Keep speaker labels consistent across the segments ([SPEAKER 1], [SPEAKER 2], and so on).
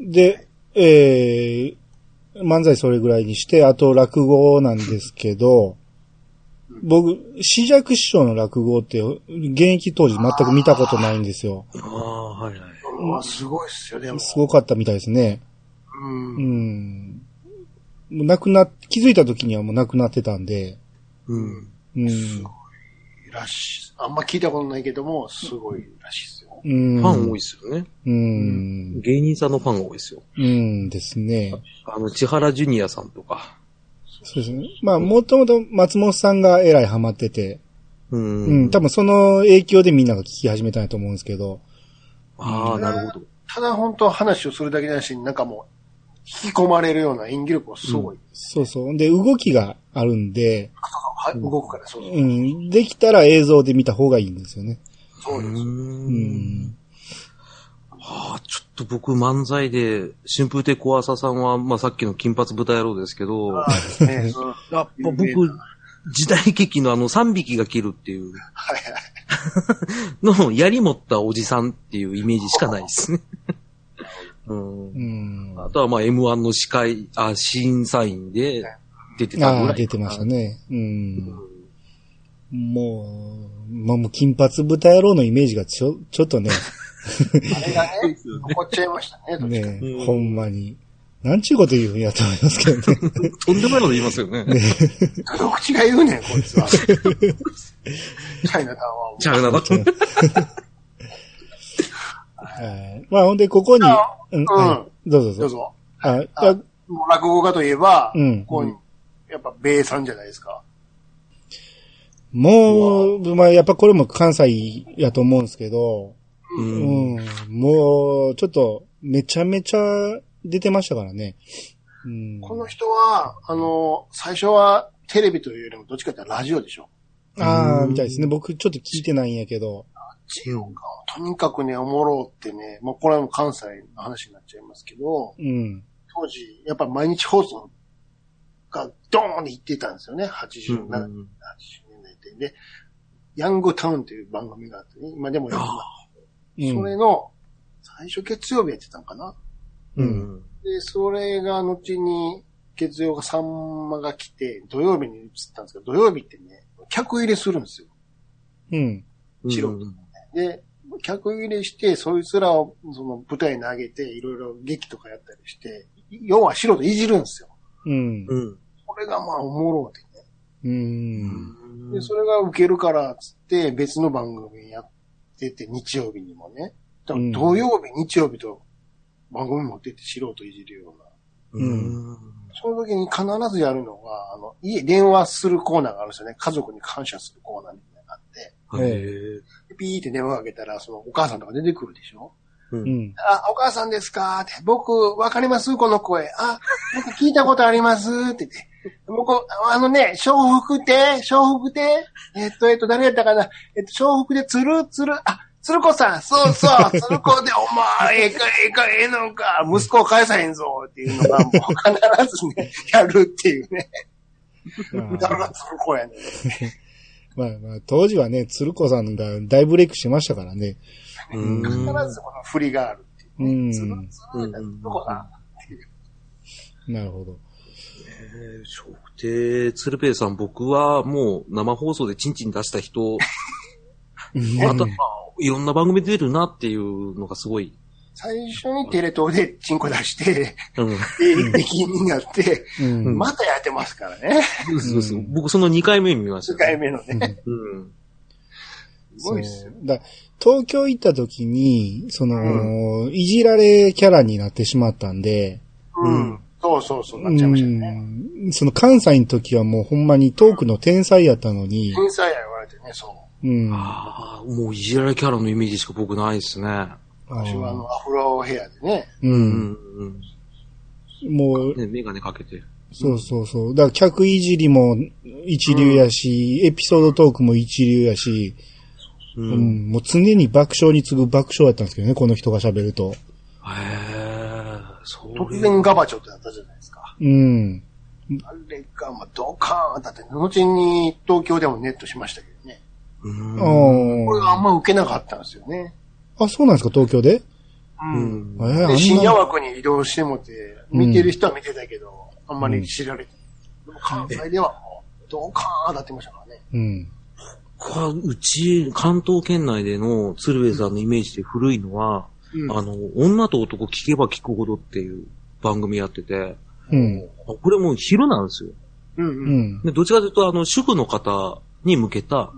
[SPEAKER 1] で、えー、漫才それぐらいにして、あと落語なんですけど、僕、死弱師匠の落語って、現役当時全く見たことないんですよ。
[SPEAKER 2] ああ、はいはい。
[SPEAKER 3] うわ、すごいっすよね、もう
[SPEAKER 1] すごかったみたいですね。
[SPEAKER 3] うん
[SPEAKER 1] う。ん。もう亡くな、気づいた時にはもう亡くなってたんで、
[SPEAKER 2] うん。
[SPEAKER 1] うん。
[SPEAKER 3] らしい。あんま聞いたことないけども、すごいらしいですよ。
[SPEAKER 1] うん。
[SPEAKER 2] ファン多いですよね。
[SPEAKER 1] うん。
[SPEAKER 2] 芸人さんのファンが多いですよ。
[SPEAKER 1] うんですね。
[SPEAKER 2] あの、千原ジュニアさんとか。
[SPEAKER 1] そうですね。まあ、もともと松本さんがえらいハマってて、
[SPEAKER 2] うん。
[SPEAKER 1] うん、多分その影響でみんなが聞き始めたんやと思うんですけど、
[SPEAKER 2] ああ、なるほど。
[SPEAKER 3] ただ本当話をするだけじゃなしに、なんかもう、引き込まれるような演技力をすごい、
[SPEAKER 1] そうそう。で、動きがあるんで、
[SPEAKER 3] は動くから、そうそう
[SPEAKER 1] う。ん、できたら映像で見た方がいいんですよね。
[SPEAKER 3] そうです。
[SPEAKER 1] う。ん。
[SPEAKER 2] ああ、ちょっと僕漫才で、春風亭小朝さんは、まあ、さっきの金髪豚野郎ですけど、
[SPEAKER 3] あ
[SPEAKER 2] やっ
[SPEAKER 3] あね、そうやっぱ
[SPEAKER 2] ぱ僕、時代劇のあの、三匹が切るっていう
[SPEAKER 3] はいはい。
[SPEAKER 2] の、槍持ったおじさんっていうイメージしかないですね。う
[SPEAKER 1] う。
[SPEAKER 2] ん
[SPEAKER 1] ん。
[SPEAKER 2] あとはまあ M1 の司会、あ、審査員で出てたぐらいか
[SPEAKER 1] あ
[SPEAKER 2] な。
[SPEAKER 1] あ、出てましたね。うん。
[SPEAKER 2] う
[SPEAKER 1] もう、まあもう金髪豚野郎のイメージがちょ、ちょっ とね、
[SPEAKER 3] あれがね、残っちゃいましたね、どっちか。
[SPEAKER 1] ね
[SPEAKER 2] う、ん
[SPEAKER 1] ほんまに。なんちゅうこと言うんやと思いますけ どね。
[SPEAKER 2] ん。とんでもないこと言いますよね。
[SPEAKER 3] どっちが言うねん、こいつは。チャイナタウンは。
[SPEAKER 2] チャルナだと。
[SPEAKER 1] はいまあほんで、ここに、うん、はい。どうぞ
[SPEAKER 3] ど
[SPEAKER 1] ど
[SPEAKER 3] う
[SPEAKER 1] うぞ。
[SPEAKER 3] ぞ。
[SPEAKER 1] あ、
[SPEAKER 3] あ
[SPEAKER 1] あ
[SPEAKER 3] もう落語家といえば、
[SPEAKER 1] うん
[SPEAKER 3] ここに、やっぱ米さんじゃないですか。
[SPEAKER 1] もう、まあやっぱこれも関西やと思うんですけど、
[SPEAKER 2] う。
[SPEAKER 1] うんん、もう、ちょっと、めちゃめちゃ出てましたからね。うん。
[SPEAKER 3] この人は、あの、最初はテレビというよりもどっちかっていうとラジオでしょ。
[SPEAKER 1] ああ、みたいですね。僕ちょっと聞いてないんやけど。
[SPEAKER 3] とにかくね、おもろってね、まあ、これはもう関西の話になっちゃいますけど、
[SPEAKER 1] うん。
[SPEAKER 3] 当時、やっぱ毎日放送がドーンって行ってたんですよね。80、70
[SPEAKER 2] うん
[SPEAKER 3] 年代で。で、ヤングタウンという番組があってね、今でもやってます
[SPEAKER 1] うん。
[SPEAKER 3] それの、最初月曜日やってたんかな
[SPEAKER 1] う。
[SPEAKER 2] うんん。
[SPEAKER 3] で、それが後に、月曜がさんまが来て、土曜日に移ったんですけど、土曜日ってね、客入れするんですよ。
[SPEAKER 1] うん。
[SPEAKER 3] 素人で、客入れして、そいつらをその舞台に上げて、いろいろ劇とかやったりして、要は素人いじるんですよ。
[SPEAKER 1] うん。
[SPEAKER 2] うん。
[SPEAKER 3] これがまあおもろいて
[SPEAKER 1] うん。
[SPEAKER 3] ね。で、それが受けるから、つって別の番組やってて、日曜日にもね。だから土曜日、日曜日と番組持ってって素人いじるような。
[SPEAKER 2] うん。
[SPEAKER 3] その時に必ずやるのが、あの、家、電話するコーナーがあるんですよね。家族に感謝するコーナーみたいなのがあって、
[SPEAKER 2] へえ。
[SPEAKER 3] ピーって電話かけたら、そのお母さんとか出てくるでしょ
[SPEAKER 2] う。
[SPEAKER 1] うんん。
[SPEAKER 3] あ、お母さんですかって、僕、わかりますこの声。あ、僕聞いたことありますって言って。僕、あのね、笑福亭、笑福亭、えっと、えっと、誰やったかなえっと、笑福亭、つる、つる、あ、鶴子さん、そう そう、鶴子で、お前、ええか、ええか、ええのか、息子を返さへんぞ、っていうのが、もう必ずね、やるっていうね。だから鶴子やね。
[SPEAKER 1] まあまあ、当時はね、鶴子さんが大ブレイクしてましたからね。
[SPEAKER 2] うん
[SPEAKER 3] 必ずこの振りがあるっていうね。
[SPEAKER 1] うん
[SPEAKER 3] つる、つる、鶴子さん。
[SPEAKER 1] なるほど。
[SPEAKER 2] えー笑福亭鶴瓶さん、僕はもう生放送でチンチン出した人、あとはまあいろんな番組出るなっていうのがすごい。
[SPEAKER 3] 最初にテレ東でチンコ出して、
[SPEAKER 2] うん。
[SPEAKER 3] 定期的になって、
[SPEAKER 1] うん。
[SPEAKER 3] またやってますからね。
[SPEAKER 2] そうそう僕その2回目見ました
[SPEAKER 3] 2
[SPEAKER 2] よ。
[SPEAKER 3] 回目のね。
[SPEAKER 2] うん。
[SPEAKER 3] すごいっすよ。
[SPEAKER 1] そうだ東京行った時に、その、いじられキャラになってしまったんで、
[SPEAKER 3] うん。そうそうそう、なっちゃいましたよね。
[SPEAKER 1] うんその関西の時はもうほんまにトークの天才やったのに、
[SPEAKER 3] 天才や言われてね、そう。
[SPEAKER 1] うん。
[SPEAKER 2] ああ、もういじられキャラのイメージしか僕ないですね。
[SPEAKER 3] 私はあの、アフロヘアでね。
[SPEAKER 1] う。
[SPEAKER 2] うんん。
[SPEAKER 1] もう、
[SPEAKER 2] ね、メガネかけて。
[SPEAKER 1] そうそうそう。だから客いじりも一流やし、エピソードトークも一流やし、
[SPEAKER 2] う
[SPEAKER 1] うん。。もう常に爆笑に次ぐ爆笑やったんですけどね、この人が喋ると。
[SPEAKER 2] へえ、そ
[SPEAKER 3] 突
[SPEAKER 2] れ。
[SPEAKER 3] 然ガバチョってなったじゃないですか。
[SPEAKER 1] うん。
[SPEAKER 3] あれが、まあ、ドカーンだって、後に東京でもネットしましたけどね。
[SPEAKER 2] うん
[SPEAKER 1] あー
[SPEAKER 3] これがあんま受けなかったんですよね。
[SPEAKER 1] あ、そうなんですか、東京で
[SPEAKER 3] うん。
[SPEAKER 1] えー、あん
[SPEAKER 3] で、深夜
[SPEAKER 1] な、
[SPEAKER 3] 枠に移動してもって、見てる人は見てたけど、あんまり知られて、でも関西ではもう、ドカーンなってましたからね。
[SPEAKER 1] うん。
[SPEAKER 2] これはうち、関東圏内での鶴瓶さんのイメージで古いのは、
[SPEAKER 3] うん
[SPEAKER 2] あの、女と男聞けば聞くほどっていう番組やってて、
[SPEAKER 1] うん。
[SPEAKER 2] これもう昼なんですよ。
[SPEAKER 3] うんう。
[SPEAKER 1] うんん。
[SPEAKER 2] でどっちかというと、あの、主婦の方に向けた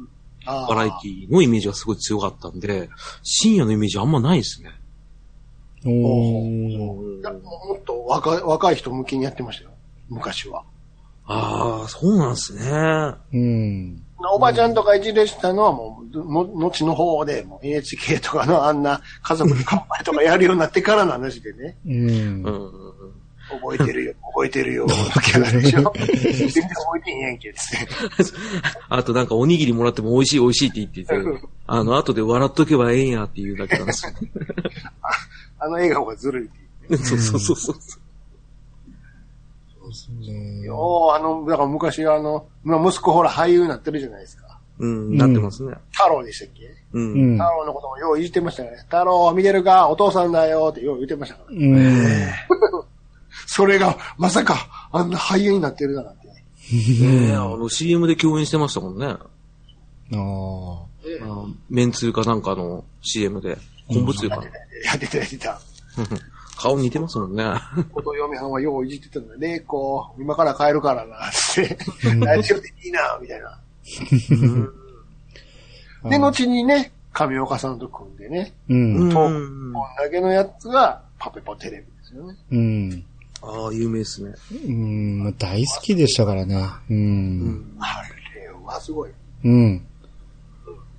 [SPEAKER 3] あ
[SPEAKER 2] バラエティのイメージがすごい強かったんで、深夜のイメージあんまないですね。
[SPEAKER 1] おー。
[SPEAKER 3] いやもっと若い若い人向けにやってましたよ。昔は。
[SPEAKER 2] ああ、そうなんですね。
[SPEAKER 1] うん。
[SPEAKER 3] おばちゃんとかいじれしたのはもう、も後の方で、もう NHK とかのあんな家族に乾杯とかやるようになってからの話でね、
[SPEAKER 1] うん
[SPEAKER 2] う。ん
[SPEAKER 3] 覚えて るよ、覚えてるよ、とかやるでしょ。全然覚えてへんやんけ、ですね。
[SPEAKER 2] あとなんかおにぎりもらっても美味しい美味しいって言ってて、あの、後で笑っとけばええんやっていうだけな んですよ。
[SPEAKER 3] あの笑顔がずるいっていうね。
[SPEAKER 2] そうそうそうそう。
[SPEAKER 3] ようあの、だから昔あの、まあ息子ほら俳優になってるじゃないですか。
[SPEAKER 2] うん、なってますね。
[SPEAKER 3] 太郎でしたっけ
[SPEAKER 2] う。
[SPEAKER 1] うんん
[SPEAKER 3] 太。郎のこともよう言ってましたからね。太郎見てるかお父さんだよってよう言ってましたからね。
[SPEAKER 1] うん。
[SPEAKER 3] それが、まさか、あんな俳優になってるだなんてね。
[SPEAKER 2] ねえあの CM で共演してましたもんね。
[SPEAKER 1] あ
[SPEAKER 2] あの麺つゆかなんかの CM で。昆布つゆかな。
[SPEAKER 3] やってた、やってた。
[SPEAKER 2] 顔似てますもんね。
[SPEAKER 3] こと嫁はんはよういじってたんだね。こう、今から帰るからな、って。大丈夫でいいな、みたいな。
[SPEAKER 1] あ。
[SPEAKER 3] で、後にね、上岡さんと組んでね、
[SPEAKER 1] うん。
[SPEAKER 2] う
[SPEAKER 3] と
[SPEAKER 2] ん。
[SPEAKER 3] こんだけのやつが、パペポテレビですよね。
[SPEAKER 1] うん。
[SPEAKER 2] ああ、有名ですね。
[SPEAKER 1] うん。まあ大好きでしたからね。うん。
[SPEAKER 3] あれはすごい。
[SPEAKER 1] うん。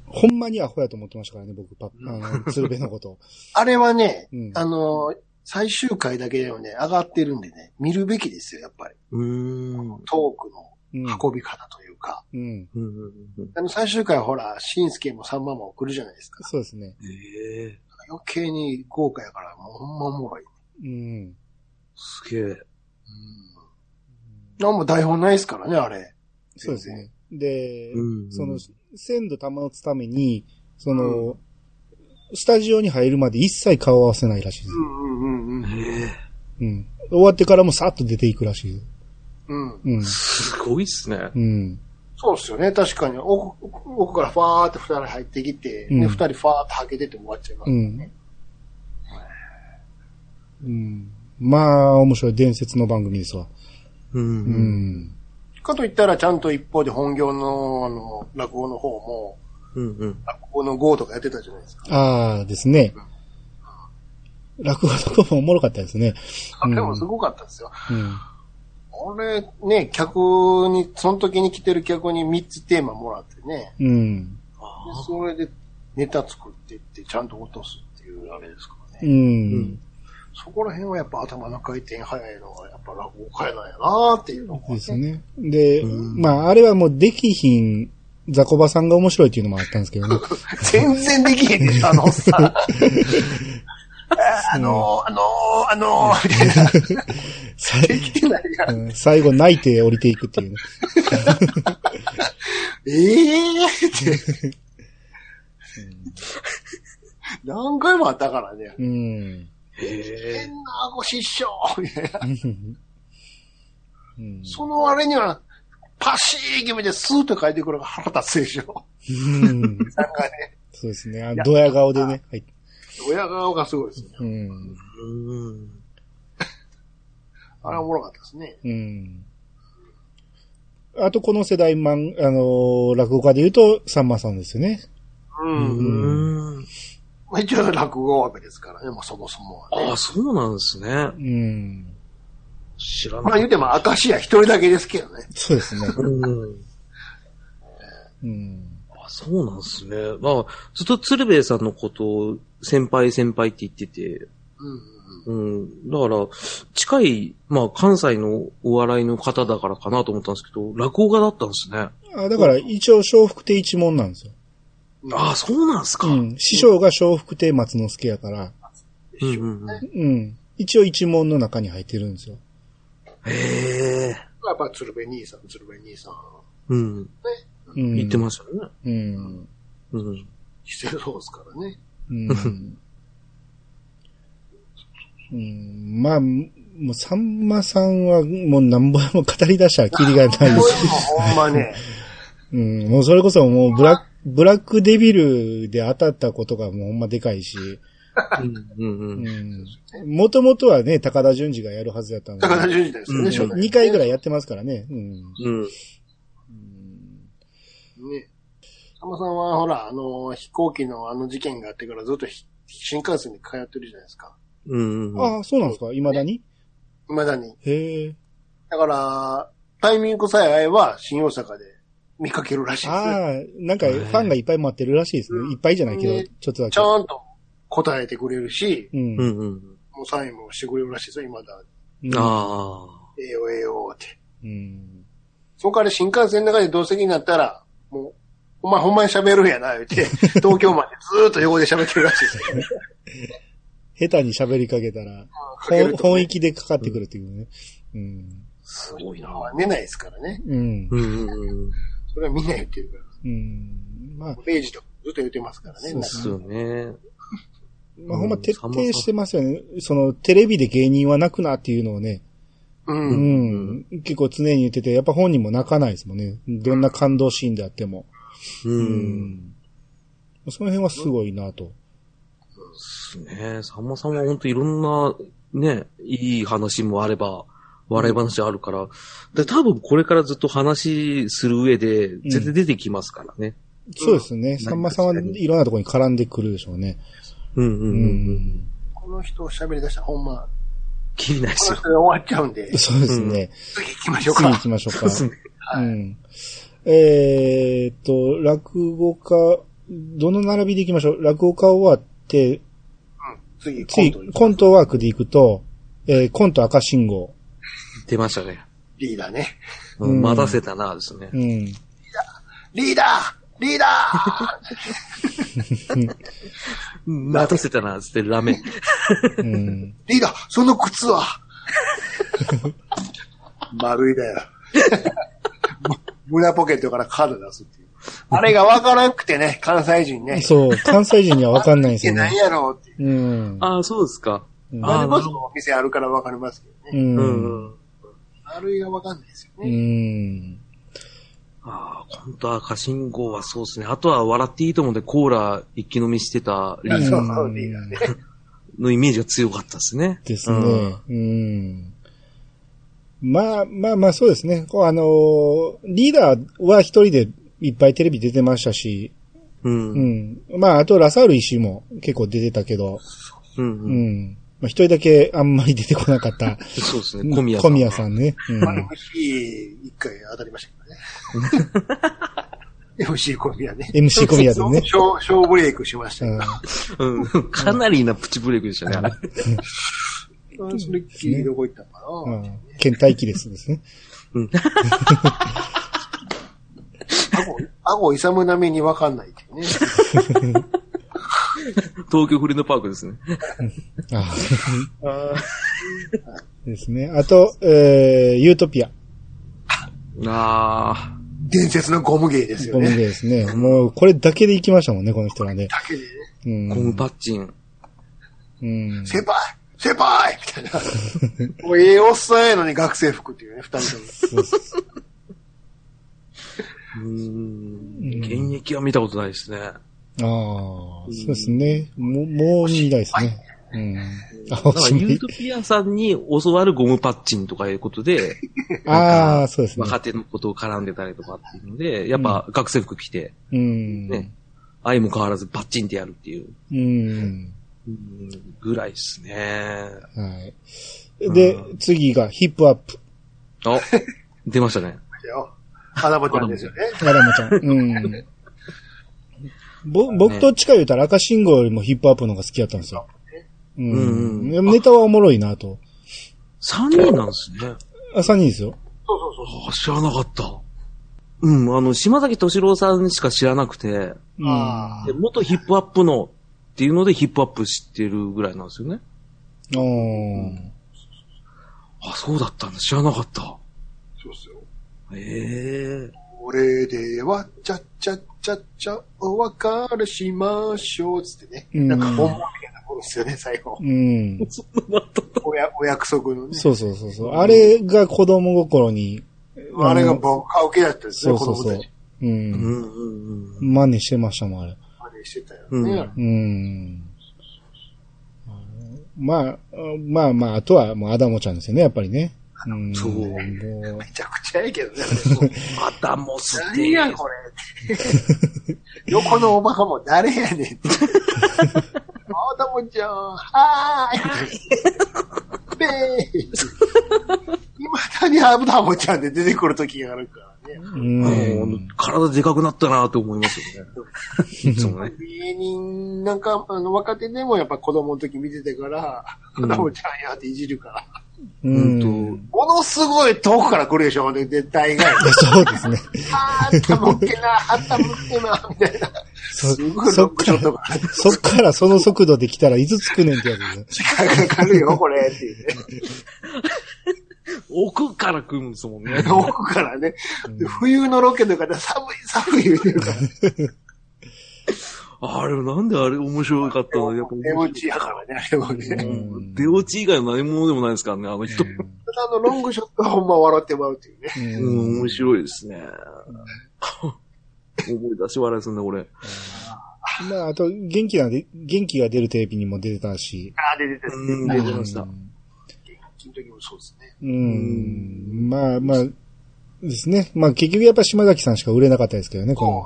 [SPEAKER 1] ほんまにアホやと思ってましたからね、僕、パあの、鶴瓶のこと。
[SPEAKER 3] あれはね、
[SPEAKER 1] うん
[SPEAKER 3] あの、最終回だけでもね、上がってるんでね、見るべきですよ、やっぱり。
[SPEAKER 2] うん。
[SPEAKER 3] トークの
[SPEAKER 1] うん。
[SPEAKER 3] 運び方というか。
[SPEAKER 1] うん。
[SPEAKER 2] うん
[SPEAKER 3] あの、最終回ほら、しんすけもさんまも来るじゃないですか。
[SPEAKER 1] そうですね。
[SPEAKER 2] ええ
[SPEAKER 3] 余計に豪華やから、もうほんまおもろい。
[SPEAKER 1] うん。
[SPEAKER 2] すげえ。
[SPEAKER 3] なんも台本ないですからね、あれ。
[SPEAKER 1] そうですね。で、
[SPEAKER 2] うん
[SPEAKER 1] その、鮮度保つために、その、スタジオに入るまで一切顔合わせないらしいです
[SPEAKER 3] う。んうんうんうん。
[SPEAKER 2] ええ
[SPEAKER 1] うん。終わってからもさっと出ていくらしいです。
[SPEAKER 3] うん。
[SPEAKER 1] うん。
[SPEAKER 2] すごいっすね。
[SPEAKER 1] うん。
[SPEAKER 3] そうですよね、確かに。奥奥からファーって二人入ってきて、
[SPEAKER 1] うん
[SPEAKER 3] で、二人ファーってはけてて終わっちゃいます
[SPEAKER 1] う
[SPEAKER 3] ね。
[SPEAKER 1] ん。うん。まあ、面白い伝説の番組ですわ。
[SPEAKER 2] う。
[SPEAKER 1] うんん。
[SPEAKER 3] かといったら、ちゃんと一方で本業の、あの、落語の方も、
[SPEAKER 2] うんうん。
[SPEAKER 3] 落語の号とかやってたじゃないですか。
[SPEAKER 1] ああですね。落語とかもおもろかったですね。
[SPEAKER 3] あれもすごかったですよ。
[SPEAKER 1] うん。
[SPEAKER 3] あれ、ね、客に、その時に来てる客に3つテーマもらってね、
[SPEAKER 1] うん。
[SPEAKER 3] でそれでネタ作っていって、ちゃんと落とすっていうあれですから
[SPEAKER 1] う
[SPEAKER 3] ね。
[SPEAKER 1] ん。
[SPEAKER 3] そこら辺はやっぱ頭の回転早いのは、やっぱ落語家やなんやなーっていうのが、
[SPEAKER 1] ですね。で、まあ、あれはもうできひん、ザコバさんが面白いっていうのもあったんですけど ね。
[SPEAKER 3] 全然できへんでしょ、あのおっさん。あーあのー、あのー、あの ー、みたいな。
[SPEAKER 1] さ
[SPEAKER 3] できてないやん。
[SPEAKER 1] うん最後泣いて降りていくっていうね。
[SPEAKER 3] ええーって。何回もあったからね。
[SPEAKER 1] うん。
[SPEAKER 2] ええ
[SPEAKER 3] 変なご失笑みたいな。
[SPEAKER 1] うん
[SPEAKER 3] その割には、パシー気味でスーッと書いてくるのが腹立つでしょ。
[SPEAKER 1] うん
[SPEAKER 3] なんかね、
[SPEAKER 1] そうですね。あのドヤ顔でね。はい。
[SPEAKER 3] 親顔がすごいですね。
[SPEAKER 1] うん。
[SPEAKER 2] うん。
[SPEAKER 3] あれはおもろかったですね。
[SPEAKER 1] うん。あと、この世代マン、あのー落語家で言うと、さんまさんですよね。
[SPEAKER 3] うん。
[SPEAKER 2] うん。
[SPEAKER 3] まあ一応落語わけですからね、もうそもそもはね。
[SPEAKER 2] ああ、そうなんですね。
[SPEAKER 1] うん。
[SPEAKER 2] 知らな
[SPEAKER 3] まあ
[SPEAKER 2] かっ
[SPEAKER 3] 言うても、明石家一人だけですけどね。
[SPEAKER 1] そうですね。
[SPEAKER 2] た。うん。
[SPEAKER 1] うん。
[SPEAKER 2] あそうなんですね。まあ、ずっと鶴瓶さんのことを先輩先輩って言ってて、
[SPEAKER 3] うん。
[SPEAKER 2] うん。だから、近い、まあ、関西のお笑いの方だからかなと思ったんですけど、落語家だったんですね。
[SPEAKER 1] あだから、一応、笑福亭一門なんですよ。
[SPEAKER 2] ああ、そうなんですか。
[SPEAKER 1] う
[SPEAKER 2] うん。
[SPEAKER 1] ん。師匠が笑福亭松之助やから、
[SPEAKER 2] うんうんうん、
[SPEAKER 1] うん。一応一門の中に入ってるんですよ。
[SPEAKER 2] へえ。
[SPEAKER 3] やっぱ鶴瓶兄さん、鶴瓶兄さん。
[SPEAKER 2] うん。
[SPEAKER 1] うん。
[SPEAKER 2] 言ってましたね。
[SPEAKER 1] うん。
[SPEAKER 2] うん。
[SPEAKER 3] してそうですからね。
[SPEAKER 1] うん。 うん、まあ、もう、さんまさんは、もう、なんぼでも語り出したらキリがない
[SPEAKER 3] こ
[SPEAKER 1] で
[SPEAKER 3] う
[SPEAKER 1] す。
[SPEAKER 3] いうのほんまね。
[SPEAKER 1] うん、もう、それこそもう、ブラック、ブラックデビルで当たったことがもうほんまでかいし、
[SPEAKER 2] うんう。
[SPEAKER 1] うんん。もともとはね、高田純次がやるはずだったの
[SPEAKER 3] 高田
[SPEAKER 1] で、
[SPEAKER 3] 純次ですよ
[SPEAKER 2] う
[SPEAKER 3] ね、
[SPEAKER 2] ん
[SPEAKER 3] 初代。
[SPEAKER 1] 2回ぐらいやってますからね。うん。
[SPEAKER 2] うん。
[SPEAKER 3] ね。さんまさんは、ほら、あの、飛行機のあの事件があってからずっとひ新幹線に通ってるじゃないですか。
[SPEAKER 2] うんうん。
[SPEAKER 1] ああ、そうなんですか未だに
[SPEAKER 3] 未だに。
[SPEAKER 1] へえ。
[SPEAKER 3] だから、タイミングさえ合えば、新大阪で見かけるらしいですね。
[SPEAKER 1] ああ、なんかファンがいっぱい待ってるらしいですね。いっぱいじゃないけど
[SPEAKER 3] ね、
[SPEAKER 1] ちょっとだ
[SPEAKER 3] ち
[SPEAKER 1] け。
[SPEAKER 3] ゃんと答えてくれるし、
[SPEAKER 1] うん
[SPEAKER 2] う。んうん。
[SPEAKER 3] もうサインもしてくれるらしいですよ、未だに。
[SPEAKER 1] うん
[SPEAKER 2] ああ。
[SPEAKER 3] ええよ、ええよ、って。
[SPEAKER 1] うん。
[SPEAKER 3] そこから新幹線の中で同席になったら、もう、お前ほんまに喋るんやな、言って、東京までずーっと横で喋ってるらしいですよね。
[SPEAKER 1] 下手に喋りかけたら、
[SPEAKER 3] かけ
[SPEAKER 1] 本
[SPEAKER 3] ると
[SPEAKER 1] 本域でかかってくるっていうね。うん。
[SPEAKER 3] すごいな。寝ないですからね。
[SPEAKER 1] うん。
[SPEAKER 2] うんうんうん。
[SPEAKER 3] それはみんな言ってるから。
[SPEAKER 1] うん。まあ、
[SPEAKER 3] ページとかずっと言ってますからね。
[SPEAKER 1] そうっ
[SPEAKER 2] ですよね。
[SPEAKER 1] まあ、
[SPEAKER 2] うん
[SPEAKER 1] ほんま徹底してますよね。その、テレビで芸人は泣くなっていうのをね、
[SPEAKER 3] う。
[SPEAKER 1] うんん。結構常に言ってて、やっぱ本人も泣かないですもんね。どんな感動シーンであっても。
[SPEAKER 2] う。。
[SPEAKER 1] うんその辺はすごいなと。
[SPEAKER 2] ですね。さんまさんは本当いろんな、ね、いい話もあれば、笑い話あるから、で、多分これからずっと話する上で、絶対出てきますからね。
[SPEAKER 1] そうですね。
[SPEAKER 2] ん
[SPEAKER 1] さんまさんはいろんなところに絡んでくるでしょうね。
[SPEAKER 2] うんうん
[SPEAKER 1] う
[SPEAKER 2] うんうん。
[SPEAKER 1] ん。
[SPEAKER 3] この人を喋り出したらほんま、
[SPEAKER 2] 気にないで
[SPEAKER 3] こ
[SPEAKER 2] す
[SPEAKER 3] の
[SPEAKER 2] よ
[SPEAKER 3] 人。で終わっちゃうんで、
[SPEAKER 1] そうですね。
[SPEAKER 3] 次行きましょう
[SPEAKER 1] 次行
[SPEAKER 3] か
[SPEAKER 1] き。ましょう
[SPEAKER 2] そう
[SPEAKER 1] か
[SPEAKER 2] で。すね。
[SPEAKER 1] うん。えーっと、落語家、どの並びで行きましょう落語家終わって、
[SPEAKER 3] 次、コ
[SPEAKER 1] 次、
[SPEAKER 3] ント
[SPEAKER 1] コントワークで行くと、えーコント赤信号。
[SPEAKER 2] 出ましたね。
[SPEAKER 3] リーダーね。
[SPEAKER 2] う
[SPEAKER 1] うん
[SPEAKER 2] ん、待たせたな、ですね
[SPEAKER 1] う。ん。
[SPEAKER 3] リーダーリーダー
[SPEAKER 2] 待たせたな、つってラメ。
[SPEAKER 1] うん。
[SPEAKER 3] リーダーその靴は丸いだよ。 胸ポケットからカード出すっていう。あれがわからなくてね、関西人ね。
[SPEAKER 1] そう、関西人にはわかんないです
[SPEAKER 3] い
[SPEAKER 1] よ
[SPEAKER 3] や、なん
[SPEAKER 1] ね。
[SPEAKER 3] やろうっていう。
[SPEAKER 1] うん。
[SPEAKER 2] ああ、そうですか。
[SPEAKER 1] うん
[SPEAKER 3] あ
[SPEAKER 2] あ
[SPEAKER 3] れ
[SPEAKER 2] あ、
[SPEAKER 3] こそお店あるからわかりますけどね。
[SPEAKER 1] う。
[SPEAKER 2] うんん。うん
[SPEAKER 3] 丸いがわかんないですよ
[SPEAKER 1] う
[SPEAKER 3] ね。
[SPEAKER 1] ん。
[SPEAKER 2] ああ、コント赤信号はそうですね。あとは笑っていいと思うんで、コーラ一気飲みしてたリ
[SPEAKER 3] そう
[SPEAKER 2] ー
[SPEAKER 3] そ
[SPEAKER 2] ダ
[SPEAKER 3] うそう、リーダーね。
[SPEAKER 2] ーのイメージが強かったですね。
[SPEAKER 1] ですね。うん。まあまあまあそうですね。こうあのーリーダーは一人でいっぱいテレビ出てましたし、
[SPEAKER 2] うん。う。
[SPEAKER 1] うんん。まああとラサール石井も結構出てたけど、
[SPEAKER 2] うん
[SPEAKER 1] う
[SPEAKER 2] うん
[SPEAKER 1] ん。まあ一人だけあんまり出てこなかった。
[SPEAKER 2] そうですね、小宮さ
[SPEAKER 1] 小
[SPEAKER 2] ん。
[SPEAKER 1] 宮さんね。
[SPEAKER 3] まあ、MC 一回当たりましたけどね。MC コンビはね。
[SPEAKER 1] うん。MC 小宮で ね。
[SPEAKER 3] 小、小ブレイクしました
[SPEAKER 1] う
[SPEAKER 3] け
[SPEAKER 1] ん
[SPEAKER 3] ど。
[SPEAKER 2] うん。かなりなプチブレイクでしたね、あれ。
[SPEAKER 3] うん、それっきりどこ行ったのか
[SPEAKER 1] う
[SPEAKER 3] な、
[SPEAKER 1] ん。県大気ですですね。
[SPEAKER 3] 顎、顎、イサム並みにわかんないっていうね。
[SPEAKER 2] 東京フレンドパークですね。
[SPEAKER 1] あー ですね。あと、えー、ユートピア。
[SPEAKER 2] あ
[SPEAKER 3] 伝説のゴム芸ですよ
[SPEAKER 1] ゴム
[SPEAKER 3] ね。
[SPEAKER 1] 芸ですね。もう、これだけで行きましたもんね、この人はね。
[SPEAKER 3] だけでね、
[SPEAKER 1] う
[SPEAKER 2] あ、ゴム
[SPEAKER 1] ん。
[SPEAKER 2] パッチン。
[SPEAKER 1] うん。
[SPEAKER 3] 先輩先輩みたいな。もうええおっさんやのに学生服っていうね、二人とも。
[SPEAKER 1] そうそう
[SPEAKER 2] うーん。現役は見たことないですね。
[SPEAKER 1] ああ、そうですね。もう、もう見ないですね。うん。あ、
[SPEAKER 2] だ
[SPEAKER 1] お
[SPEAKER 2] から
[SPEAKER 1] しま
[SPEAKER 2] ユー
[SPEAKER 1] い
[SPEAKER 2] ト。ピアさんに教わるゴムパッチンとかいうこ とで、
[SPEAKER 1] ああ、そうですね。
[SPEAKER 2] 若手のことを絡んでたりとかっていうので、やっぱ学生服着て、
[SPEAKER 1] うん。
[SPEAKER 2] ね、相も変わらずパッチンってやるっていう、
[SPEAKER 1] うん。
[SPEAKER 2] うんぐらいですね。
[SPEAKER 1] はい。で、次がヒップアップ。
[SPEAKER 2] あ、出ましたね。
[SPEAKER 3] 花子ちゃんですよね。
[SPEAKER 1] アラマちゃん。うん。ぼ、僕と近い言うたら赤信号よりもヒップアップの方が好きだったんですよ。う
[SPEAKER 2] うん
[SPEAKER 1] ん。でもネタはおもろいなと。
[SPEAKER 2] 3人なんですね。
[SPEAKER 1] あ、3人ですよ。
[SPEAKER 3] そうそうそうそう。
[SPEAKER 2] あ知らなかった。うん、あの、島崎敏郎さんしか知らなくて、
[SPEAKER 1] うん。あ
[SPEAKER 3] あ
[SPEAKER 2] で元ヒップアップのっていうのでヒップアップ知ってるぐらいなんですよね。
[SPEAKER 1] ー
[SPEAKER 2] あ、そうだったんだ。知らなかった。
[SPEAKER 3] そうっすよ。
[SPEAKER 2] ええ
[SPEAKER 3] 俺では、ちゃっちゃっちゃっちゃ、お別れしましょう、つってね。
[SPEAKER 1] うん
[SPEAKER 3] なんか、ボンボンみたいなそうですよね、最後。
[SPEAKER 1] うん。
[SPEAKER 2] そんなのあったんだ
[SPEAKER 3] おやお約束のね。
[SPEAKER 1] そうそうそうそう。あれが子供心に、
[SPEAKER 3] あれが僕、カラオケだったんです
[SPEAKER 1] そ
[SPEAKER 3] ね、
[SPEAKER 1] う
[SPEAKER 3] 子
[SPEAKER 1] そう
[SPEAKER 3] 供
[SPEAKER 1] そ
[SPEAKER 3] た
[SPEAKER 1] う
[SPEAKER 3] ち。。
[SPEAKER 1] う。
[SPEAKER 2] うんんうんうん。
[SPEAKER 1] 真似してましたもん、あれ。
[SPEAKER 3] までしてたよ
[SPEAKER 2] う
[SPEAKER 3] ね
[SPEAKER 2] ん。
[SPEAKER 1] うん。まあ、まあまあ、あとはもうアダモちゃんですよね、やっぱりね。うん。
[SPEAKER 2] そう
[SPEAKER 1] もう
[SPEAKER 3] めちゃくちゃええけどね、あれもう
[SPEAKER 2] またもうすっ
[SPEAKER 3] 何
[SPEAKER 2] て
[SPEAKER 3] やこれって。横のおばかも誰やねんって。あたもちゃん、はーい。べーい。今たにあたもちゃんで出てくる時があるからね。
[SPEAKER 1] う
[SPEAKER 2] うん
[SPEAKER 1] ん。
[SPEAKER 2] 体でかくなったなと思いますよね。 いつもね。
[SPEAKER 3] 芸人なんか、あの、若手でもやっぱ子供の時見ててから、
[SPEAKER 2] う
[SPEAKER 3] あ
[SPEAKER 2] ん
[SPEAKER 3] たもちゃんやっていじるから。
[SPEAKER 1] うん。
[SPEAKER 3] ものすごい遠くから来るでしょ、で絶 対が。
[SPEAKER 1] そうですね。
[SPEAKER 3] あーたもっけな、あたもっけな、みたいな。
[SPEAKER 1] そ
[SPEAKER 3] すごい
[SPEAKER 1] そ
[SPEAKER 3] ロ
[SPEAKER 1] っ
[SPEAKER 3] ックシ
[SPEAKER 1] か
[SPEAKER 3] ョットが
[SPEAKER 1] ら、そっからその速度で来たらいつ着くねんってやつですね。
[SPEAKER 3] 時間かかるよ、これ、っていうね。
[SPEAKER 2] 奥から来るんですもんね。
[SPEAKER 3] 遠くからね。で冬のロケの方、寒い、寒い言うてるから。
[SPEAKER 2] あれ、なんであれ面白かったのやっぱ面
[SPEAKER 3] 出
[SPEAKER 2] 白い
[SPEAKER 3] 落ちやからね、あれもね。
[SPEAKER 1] うん
[SPEAKER 2] 出落ち以外の何者でもないですからね、あの人。
[SPEAKER 3] あの、ロングショットはほんま笑ってもらうっていうね。
[SPEAKER 1] うん
[SPEAKER 2] うん、面白いですね。思い出し笑いすんね、俺。
[SPEAKER 1] まあ、あと、元気なんで、元気が出るテレビにも出てたし。
[SPEAKER 3] ああ、出てた、
[SPEAKER 2] うん、
[SPEAKER 3] 出
[SPEAKER 2] 出
[SPEAKER 3] て
[SPEAKER 2] て
[SPEAKER 3] た。
[SPEAKER 2] ました。
[SPEAKER 3] その時もそうですね。
[SPEAKER 1] うん。まあまあ、ですね。まあ結局やっぱ島崎さんしか売れなかったですけどね、こ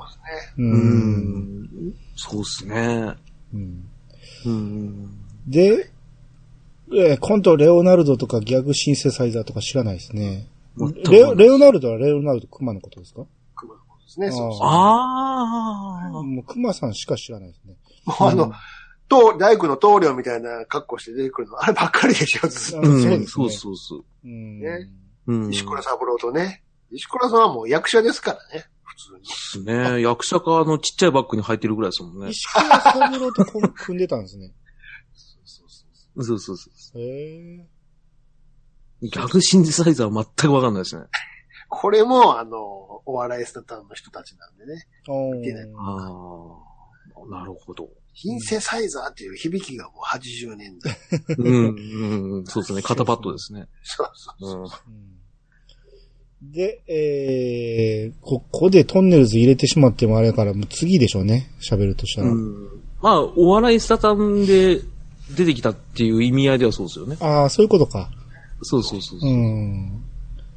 [SPEAKER 3] そ
[SPEAKER 1] の。う。
[SPEAKER 3] うですね。
[SPEAKER 2] うんん。そうっすね。
[SPEAKER 1] うん
[SPEAKER 2] うん。
[SPEAKER 1] で、えーコントレオナルドとかギャグシンセサイザーとか知らないですね。
[SPEAKER 2] 全く
[SPEAKER 1] レオ、レオナルドはレオナルド熊のことですか
[SPEAKER 3] 熊のことですね。そうそう。
[SPEAKER 2] ああ。
[SPEAKER 1] もう熊さんしか知らないですね。
[SPEAKER 3] もうあの、と大工の棟梁みたいな格好して出てくるの、あればっかりでしょ、ずっ
[SPEAKER 1] あ
[SPEAKER 3] と。
[SPEAKER 2] うん、
[SPEAKER 1] そ
[SPEAKER 2] そうう
[SPEAKER 1] ですね
[SPEAKER 2] そうそうそう。
[SPEAKER 1] うん。
[SPEAKER 3] ね
[SPEAKER 2] うん。
[SPEAKER 3] 石倉
[SPEAKER 2] で
[SPEAKER 3] 三郎とね。石倉さんはもう役者ですからね、普通に。
[SPEAKER 2] すね。役者か、あの、ちっちゃいバッグに入ってるぐらいですもんね。
[SPEAKER 1] 石川三郎とこん組んでたんですね。
[SPEAKER 3] そうそうそうそう。
[SPEAKER 2] そうそうそ
[SPEAKER 1] へえ。
[SPEAKER 2] う。ギャグシンセサイザーは全くわかんないですね。
[SPEAKER 3] これも、あの、お笑いスタンの人たちなんでね。
[SPEAKER 1] おー
[SPEAKER 3] 見てない
[SPEAKER 2] ああ。なるほど。
[SPEAKER 3] シンセサイザーっていう響きがもう80年代。
[SPEAKER 2] うん、うん、そうですね。肩パッドですね。
[SPEAKER 3] そうそうそう。
[SPEAKER 2] うん。
[SPEAKER 1] うんで、えー、ここでトンネルズ入れてしまってもあれやから、もう次でしょうね。喋るとしたら。
[SPEAKER 2] うんまあ、お笑いスタタンで出てきたっていう意味合いではそうですよね。
[SPEAKER 1] ああ、そういうことか。
[SPEAKER 2] そうそうそうそう
[SPEAKER 1] う。ん。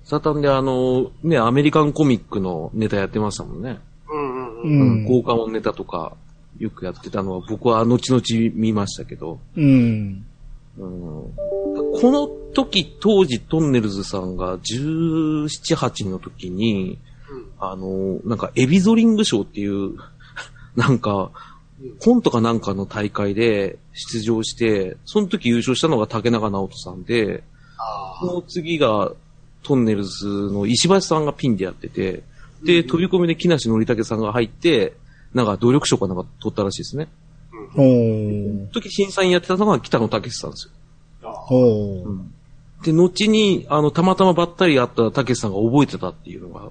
[SPEAKER 2] スタタンであの、ね、アメリカンコミックのネタやってましたもんね。
[SPEAKER 3] うんうん
[SPEAKER 1] う
[SPEAKER 3] うん。
[SPEAKER 1] ん。
[SPEAKER 2] 効果音ネタとか、よくやってたのは僕は後々見ましたけど。
[SPEAKER 1] うん。
[SPEAKER 2] うんこの時、当時、トンネルズさんが17、8の時に、
[SPEAKER 3] うん
[SPEAKER 2] あの、なんか、エビゾリングショーっていう、 なんか、コントかなんかの大会で出場して、その時優勝したのが竹中直人さんで、
[SPEAKER 3] あ
[SPEAKER 2] その次が、トンネルズの石橋さんがピンでやってて、で、飛び込みで木梨憲武さんが入って、なんか、努力賞かなんか取ったらしいですね。
[SPEAKER 1] おー。
[SPEAKER 2] その時、審査員やってたのが北野武さんですよ。
[SPEAKER 3] ーあー。
[SPEAKER 1] おー。
[SPEAKER 2] で、後に、あの、たまたまばったり会ったたけしさんが覚えてたっていうのが、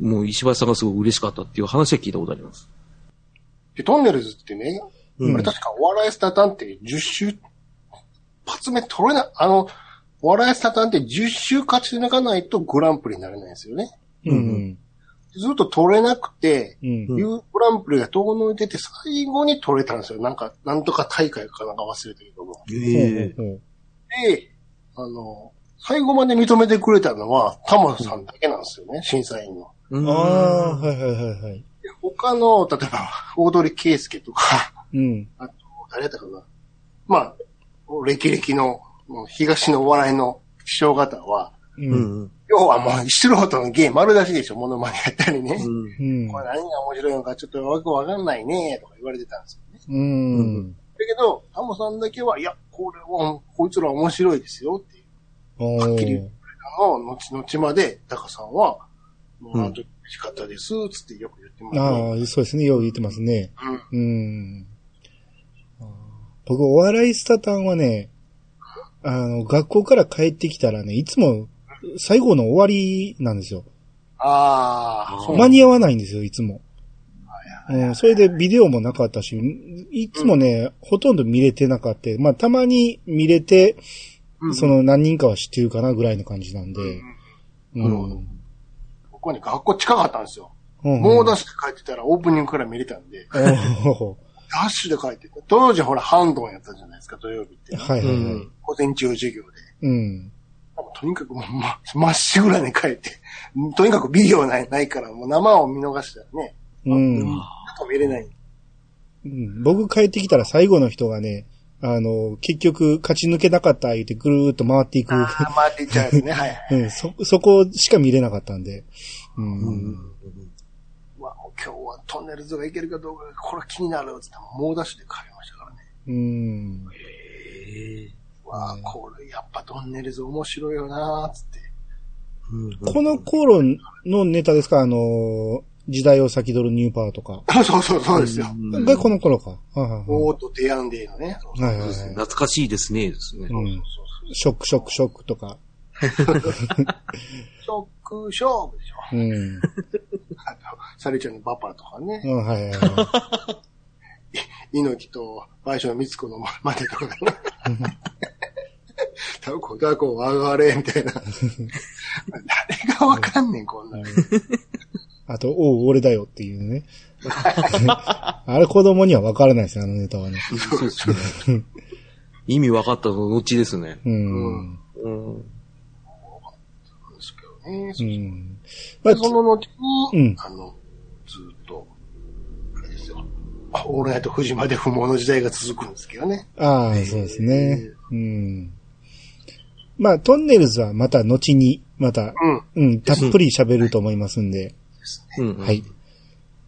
[SPEAKER 2] もう石橋さんがすごい嬉しかったっていう話は聞いたことあります。
[SPEAKER 3] で、トンネルズってね、
[SPEAKER 1] うん
[SPEAKER 3] あれ確かお笑いスタタンって10周、発目取れな、あの、お笑いスタタンって10周勝ち抜かないとグランプリになれないんですよね。
[SPEAKER 1] うん。うん。
[SPEAKER 3] ずっと取れなくて、
[SPEAKER 1] うん。
[SPEAKER 2] ん
[SPEAKER 3] いうグランプリが遠のいてて、最後に取れたんですよ。なんか、なんとか大会かなんか忘れたけども。
[SPEAKER 2] え
[SPEAKER 1] ほうほう
[SPEAKER 3] で、あの、最後まで認めてくれたのは、タマさんだけなんですよね、審査員の。
[SPEAKER 2] う
[SPEAKER 1] ほ
[SPEAKER 2] ん
[SPEAKER 1] うああ、はいはいはいはい。
[SPEAKER 3] で他の、例えば、大鳥圭介とか、
[SPEAKER 1] うん。
[SPEAKER 3] あと、誰だったかな。まあ、歴々の、もう東のお笑いの師匠方は、
[SPEAKER 1] う。
[SPEAKER 2] うんん。
[SPEAKER 3] 要はもう素人の芸丸出しでしょ、モノマネやったりね。
[SPEAKER 2] うん。
[SPEAKER 1] うん
[SPEAKER 3] これ何が面白いのかちょっとよくわかんないね、とか言われてたんですよね。
[SPEAKER 1] うん。
[SPEAKER 3] だけど、タモさんだけは、いや、これは、こいつら面白いですよ、っていう。
[SPEAKER 1] お
[SPEAKER 3] はっきり
[SPEAKER 1] ー
[SPEAKER 3] 言う。の後々まで、タカさんは、もう
[SPEAKER 2] うん
[SPEAKER 3] あの時嬉しかったです、つってよく言ってます、
[SPEAKER 1] ああ、そうですね。よう言ってますね。
[SPEAKER 3] うん
[SPEAKER 1] うん。僕、お笑いスタタンはね、あの、学校から帰ってきたらね、いつも最後の終わりなんですよ。
[SPEAKER 3] ああ、
[SPEAKER 2] あ
[SPEAKER 3] そう
[SPEAKER 2] ー
[SPEAKER 1] 間に合わないんですよ、いつも。うん、それでビデオもなかったし、いつもね、ほとんど見れてなかった。まあ、たまに見れて、
[SPEAKER 3] うん
[SPEAKER 1] その何人かは知ってるかなぐらいの感じなんで。うん。
[SPEAKER 2] なるほど
[SPEAKER 3] ここに学校近かったんですよ。
[SPEAKER 1] うん
[SPEAKER 3] 猛ダッシュで帰ってたらオープニングから見れたんで、
[SPEAKER 1] おー
[SPEAKER 3] ダッシュで帰ってた。当時ほら、ハンドンやったじゃないですか、土曜日って。
[SPEAKER 1] はいはいはい。
[SPEAKER 2] うん
[SPEAKER 3] 午前中授業で。
[SPEAKER 1] うん。
[SPEAKER 3] もうとにかくもう、ま、まっしぐらに帰って、とにかくビデオないないから、もう生を見逃したらね、
[SPEAKER 1] うん。
[SPEAKER 3] なんか見れない。
[SPEAKER 1] うん僕帰ってきたら最後の人がね、あの、結局勝ち抜けなかった言ってぐるーっと回っていく。
[SPEAKER 3] ああ、回っていっちゃうやつね、はいはい。
[SPEAKER 1] うん、そ、そこしか見れなかったんで。うん。
[SPEAKER 3] うわ、もう今日はトンネルズが行けるかどうかが、これは気になるっつって、猛ダッシュで帰りましたからね。
[SPEAKER 1] うん。
[SPEAKER 2] へえ
[SPEAKER 3] うわあ、これ、やっぱトンネルズ面白いよなーっつって。
[SPEAKER 2] うん
[SPEAKER 1] この頃のネタですかあの、時代を先取るニューパーとか。
[SPEAKER 3] あそうそうそうですよ。
[SPEAKER 2] うん
[SPEAKER 1] がこの頃か。はいはい
[SPEAKER 3] オートデアンデーのね。そう
[SPEAKER 1] はい。はいは
[SPEAKER 2] そう
[SPEAKER 1] い
[SPEAKER 2] ですね
[SPEAKER 1] はい
[SPEAKER 2] 懐かしいですね。ですね
[SPEAKER 1] う
[SPEAKER 3] そ
[SPEAKER 1] ん
[SPEAKER 3] う。
[SPEAKER 1] ショックショックショックとか。
[SPEAKER 3] そう。ショック勝負でしょ。
[SPEAKER 1] うん。
[SPEAKER 3] あと、サリちゃんのバッパとかね。
[SPEAKER 1] うん、はいはいは。。
[SPEAKER 3] 猪木と賠償の光子のまでとかね。タコタコ上がれ、みたいな。誰がわかんねん、こんない
[SPEAKER 1] あと、おう、俺だよっていうね。 あれ子供には分からないですね、あのネタはね。
[SPEAKER 2] そうですね意味分かったの後ですね。
[SPEAKER 1] うん。
[SPEAKER 2] うん
[SPEAKER 3] ですけどね。
[SPEAKER 1] うん。まあ
[SPEAKER 3] で、その後に、
[SPEAKER 1] うん
[SPEAKER 3] あの、ずっと、あれですよ。オールナイト藤まで不毛の時代が続くんですけどね。
[SPEAKER 1] ああ、そうですね。うん。まあ、トンネルズはまた後に、また、
[SPEAKER 3] うん。
[SPEAKER 1] うん、たっぷり喋ると思いますんで。
[SPEAKER 2] うんうん
[SPEAKER 1] はい。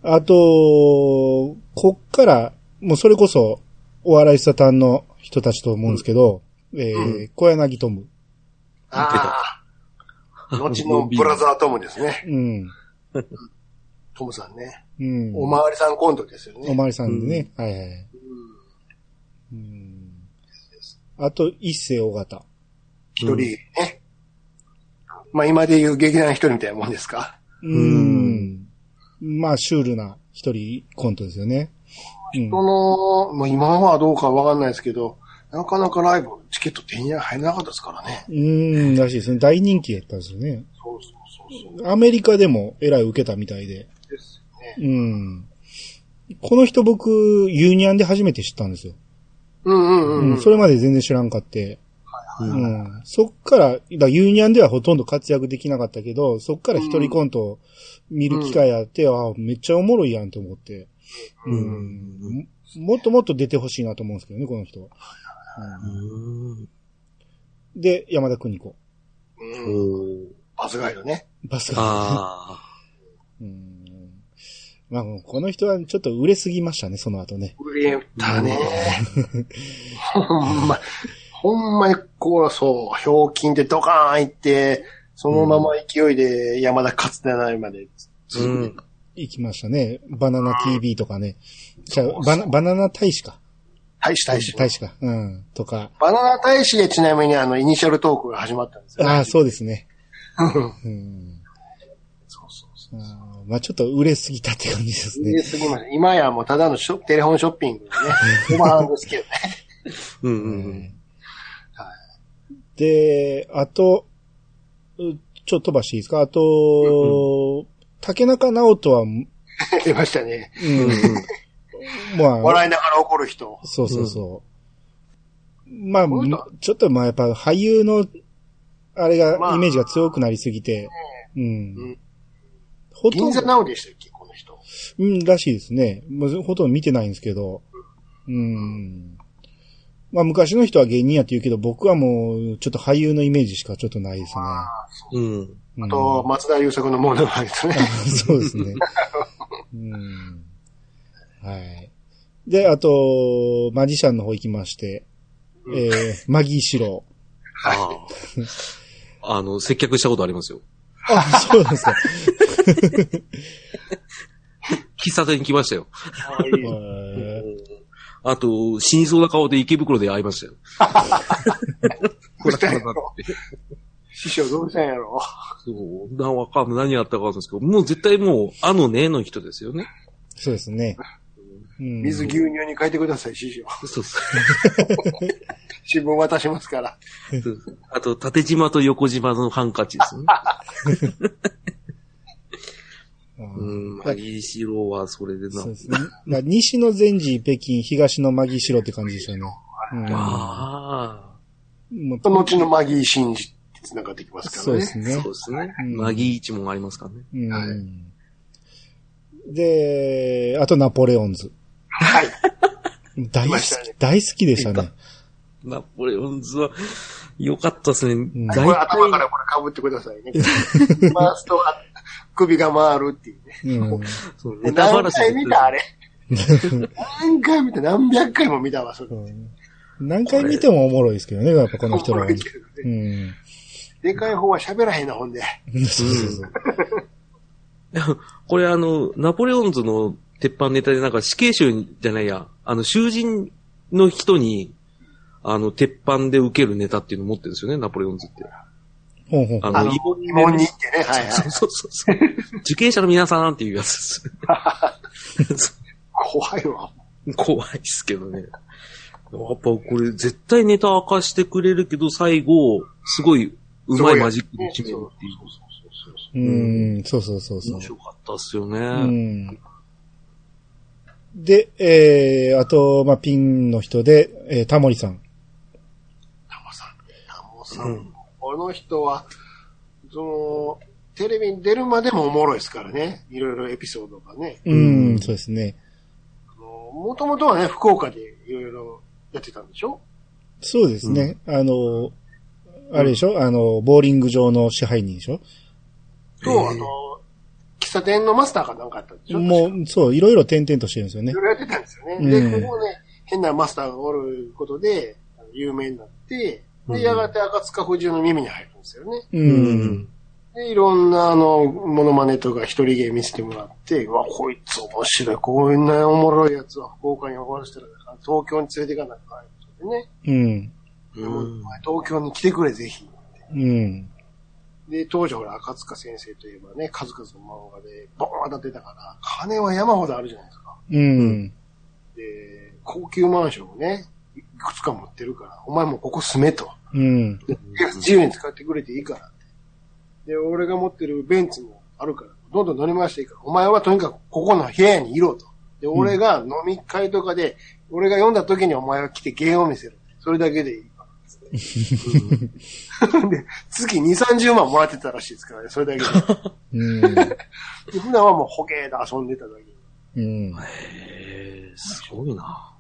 [SPEAKER 1] あと、こっから、もうそれこそ、お笑いサタンの人たちと思うんですけど、えー、小柳トム。
[SPEAKER 3] ああ。後のブラザートムですね。
[SPEAKER 1] うん。
[SPEAKER 3] トムさんね。
[SPEAKER 1] うん。
[SPEAKER 3] おまわりさんコントですよ
[SPEAKER 1] お
[SPEAKER 3] ね。
[SPEAKER 1] まわりさんでね。はいはい。うん。あと、一世尾形。
[SPEAKER 3] 一人ね。まあ今で言う劇団一人みたいなもんですか。
[SPEAKER 1] うん。まあ、シュールな一人コントですよね。うん
[SPEAKER 3] その、まあ今はどうかわかんないですけど、なかなかライブ、チケット手に入らなかったですからね。
[SPEAKER 1] うーん、らしいですね。大人気やったんですよね。
[SPEAKER 3] そうそうそうそう。
[SPEAKER 1] アメリカでもえらい受けたみたいで。
[SPEAKER 3] ですよ
[SPEAKER 1] う
[SPEAKER 3] ね。
[SPEAKER 1] ん。この人僕、ユニアンで初めて知ったんですよ。
[SPEAKER 3] うんうん
[SPEAKER 1] う
[SPEAKER 3] うん
[SPEAKER 1] ん。。それまで全然知らんかって。うん。そっから、だからユニアンではほとんど活躍できなかったけど、そっから一人コントを見る機会あって、ああ、めっちゃおもろいやんと思って。
[SPEAKER 2] うん
[SPEAKER 1] うん。もっともっと出てほしいなと思うんですけどね、この人は。
[SPEAKER 2] うん
[SPEAKER 1] で、山田邦子。
[SPEAKER 3] う
[SPEAKER 2] おー
[SPEAKER 3] んバスガイドね。
[SPEAKER 1] バスが。
[SPEAKER 2] あ
[SPEAKER 1] うん。まあ、この人はちょっと売れすぎましたね、その後ね。
[SPEAKER 3] 売れたね。ほんま、ほんまにこう、そう、ひょうきんでドカーン行って、そのまま勢いで山田勝てないまで。
[SPEAKER 2] あ。うん。
[SPEAKER 1] 行きましたね。バナナ TV とかね。じゃあバナ、バナナ大使か。
[SPEAKER 3] 大使大使。
[SPEAKER 1] 大使か。うん。とか。
[SPEAKER 3] バナナ大使でちなみにあの、イニシャルトークが始まったんですよ。
[SPEAKER 1] ああ、そうですね。 う
[SPEAKER 3] うん
[SPEAKER 1] ん。
[SPEAKER 3] そうそうそう。
[SPEAKER 1] あーまあちょっと売れすぎたって感じです
[SPEAKER 3] 入れ
[SPEAKER 1] ね。
[SPEAKER 3] すぎません。今やもうただのショテレフォンショッピングのね、オーバーハンドですけどね。
[SPEAKER 2] うんうんうん。
[SPEAKER 1] で、あと、うちょっと飛ばしていいですかあと、竹中直人は、うん、
[SPEAKER 3] 出ましたね。
[SPEAKER 1] まあ、
[SPEAKER 3] 笑いながら怒る人。
[SPEAKER 1] そうそうそう。まあ
[SPEAKER 3] こういうのは、
[SPEAKER 1] ちょっとまあやっぱ俳優の、あれ
[SPEAKER 3] ま
[SPEAKER 1] が、
[SPEAKER 3] あ
[SPEAKER 1] イメージが強くなりすぎて、う
[SPEAKER 3] うんん。
[SPEAKER 1] ほと
[SPEAKER 3] 銀
[SPEAKER 1] んど
[SPEAKER 3] 座、直でしたっけ、この人。
[SPEAKER 1] うん、らしいですね。もうほとんど見てないんですけど。うん。まあ昔の人は芸人やって言うけど、僕はもう、ちょっと俳優のイメージしかちょっとないですね。
[SPEAKER 2] うん。
[SPEAKER 1] うん
[SPEAKER 3] あと、松田優作のモノマネとね。
[SPEAKER 1] そうですね。うん。はい。で、あと、マジシャンの方行きまして、
[SPEAKER 3] うん
[SPEAKER 1] えー、マギーシロー。
[SPEAKER 2] ああ。あの、接客したことありますよ。
[SPEAKER 1] あ、そうなんですか。
[SPEAKER 2] 喫茶店に来ましたよ。
[SPEAKER 3] 可 愛い
[SPEAKER 1] えー
[SPEAKER 2] あと、死にそうな顔で池袋で会いましたよ。
[SPEAKER 3] どうしたんや
[SPEAKER 2] だ
[SPEAKER 3] ろ
[SPEAKER 2] って。
[SPEAKER 3] 師匠どうしたんやろ
[SPEAKER 2] そう。なわかんない何やったかわかんないですけど、もう絶対もう、あのねの人ですよね。
[SPEAKER 1] そうですね。うん
[SPEAKER 3] 水牛乳に変えてください、師匠。
[SPEAKER 2] そうそう。
[SPEAKER 3] 新聞渡しますから。
[SPEAKER 2] あと、縦縞と横縞のハンカチですね。うん、まあ、いしろはそれでな
[SPEAKER 1] そう。ですね。だから西の善治北京、東のマギシロって感じでしょうね。
[SPEAKER 2] あ
[SPEAKER 1] うん。もう
[SPEAKER 3] 後のマギー真治って繋がってきます
[SPEAKER 1] そ
[SPEAKER 3] か
[SPEAKER 1] う
[SPEAKER 3] ら
[SPEAKER 1] で
[SPEAKER 3] ね。
[SPEAKER 1] す
[SPEAKER 2] あ、
[SPEAKER 1] ね
[SPEAKER 2] そう。ですね。
[SPEAKER 1] うん
[SPEAKER 2] マギーチもありますからね。
[SPEAKER 1] うん
[SPEAKER 3] は
[SPEAKER 1] で、あとナポレオンズ。
[SPEAKER 3] はい。
[SPEAKER 1] 大好
[SPEAKER 3] ま
[SPEAKER 1] き
[SPEAKER 3] したね、
[SPEAKER 1] 大好きでしたね。
[SPEAKER 2] ナポレオンズは、良かったですね。
[SPEAKER 3] こ
[SPEAKER 2] 大
[SPEAKER 3] れ
[SPEAKER 2] 体、
[SPEAKER 3] 頭からこれ被ってくださいね。回すと、あ首が回るっていうね。
[SPEAKER 1] うん。
[SPEAKER 2] そうネタバ
[SPEAKER 3] 何
[SPEAKER 2] ラシ
[SPEAKER 3] 回見たあれ。何回見た何百回も見たわ、それ。
[SPEAKER 1] 何回見てもおもろいですけどね、やっぱこの人らは。
[SPEAKER 3] 覚えてるね
[SPEAKER 1] うん。
[SPEAKER 3] でかい方は喋らへんな、ほんで。
[SPEAKER 1] そうそうそう。
[SPEAKER 2] これあの、ナポレオンズの鉄板ネタでなんか死刑囚じゃないや、あの、囚人の人に、あの、鉄板で受けるネタっていうのを持ってるんですよね、ナポレオンズって。
[SPEAKER 1] ほんほんほ
[SPEAKER 2] あ
[SPEAKER 1] ん。
[SPEAKER 2] の、
[SPEAKER 3] あの、
[SPEAKER 2] 疑
[SPEAKER 3] 疑
[SPEAKER 2] 問
[SPEAKER 3] 問に行ってね、はいは
[SPEAKER 2] そ。
[SPEAKER 3] いう
[SPEAKER 2] そうそうそう。受刑者の皆さんっていうやつです。
[SPEAKER 3] 怖いわ。
[SPEAKER 2] 怖いっすけどね。やっぱこれ絶対ネタ明かしてくれるけど、最後、すごい上手いマジックで決めるっていう。
[SPEAKER 1] うん、そうそうそうそう
[SPEAKER 2] 面。白かったっすよね。
[SPEAKER 1] うん。で、えー、あと、まあ、ピンの人で、えー、タモリさん。
[SPEAKER 3] タモさん。タモさ
[SPEAKER 2] うん
[SPEAKER 3] ん。この人は、その、テレビに出るまでもおもろいですからね。いろいろエピソードがね。
[SPEAKER 1] うん、そうですね。
[SPEAKER 3] もともとはね、福岡でいろいろやってたんでしょ
[SPEAKER 1] そうですね。あの、あれでしょあの、ボーリング場の支配人でしょ
[SPEAKER 3] と、あの、喫茶店のマスターかなんかあったんでしょ
[SPEAKER 1] も
[SPEAKER 3] う、
[SPEAKER 1] う、そう、いろいろ点々としてるんですよ
[SPEAKER 3] い
[SPEAKER 1] ね
[SPEAKER 3] ろ。いろやってたんですよね。
[SPEAKER 1] うん
[SPEAKER 3] で、ここね、変なマスターがおることで、あの有名になって、で、やがて赤塚不二夫の耳に入るんですよね。
[SPEAKER 1] う。。
[SPEAKER 2] うん
[SPEAKER 3] で、いろんな、あの、モノマネとか一人芸見せてもらって、うわ、こいつ面白い。こんなおもろいやつは福岡に終わらせたら、東京に連れていかなきゃいけないことでね。
[SPEAKER 1] うん。
[SPEAKER 2] うん。
[SPEAKER 3] 東京に来てくれ、ぜひ。
[SPEAKER 1] うん。
[SPEAKER 3] で、当時ほら、赤塚先生といえばね、数々の漫画で、ボーン当たってたから、金は山ほどあるじゃないですか。
[SPEAKER 1] うん。
[SPEAKER 3] で、高級マンションをね、いくつか持ってるから、お前もここ住めと。
[SPEAKER 1] うん。
[SPEAKER 3] 自由に使ってくれていいからって。で、俺が持ってるベンツもあるから、どんどん乗り回していいから、お前はとにかくここの部屋にいろと。で、俺が飲み会とかで、俺が読んだ時にお前は来て芸を見せる。それだけでいいから。 うんで、月2、30万もらってたらしいですからね、それだけ
[SPEAKER 1] うん。
[SPEAKER 3] で。普段はもうホケーで遊んでただけ
[SPEAKER 1] うん。
[SPEAKER 2] へーすごいな。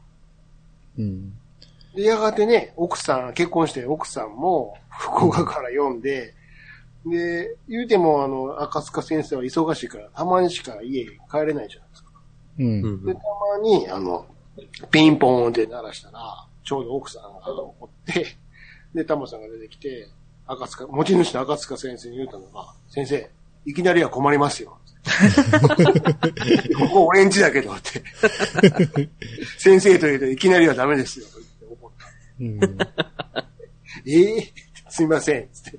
[SPEAKER 1] うん。
[SPEAKER 3] で、やがてね、奥さん、結婚して奥さんも福岡から読んで、で、言うても、あの、赤塚先生は忙しいから、たまにしか家に帰れないじゃないですか。
[SPEAKER 1] うん。
[SPEAKER 2] うん
[SPEAKER 3] で、たまに、あの、ピンポーンって鳴らしたら、ちょうど奥さんが怒って、で、タモさんが出てきて、赤塚、持ち主の赤塚先生に言ったのが、先生、いきなりは困りま すよ。ここ俺ん家だけど って。先生と言うといきなりはダメですよ。って怒って
[SPEAKER 1] うん。
[SPEAKER 3] ええすいません。つって。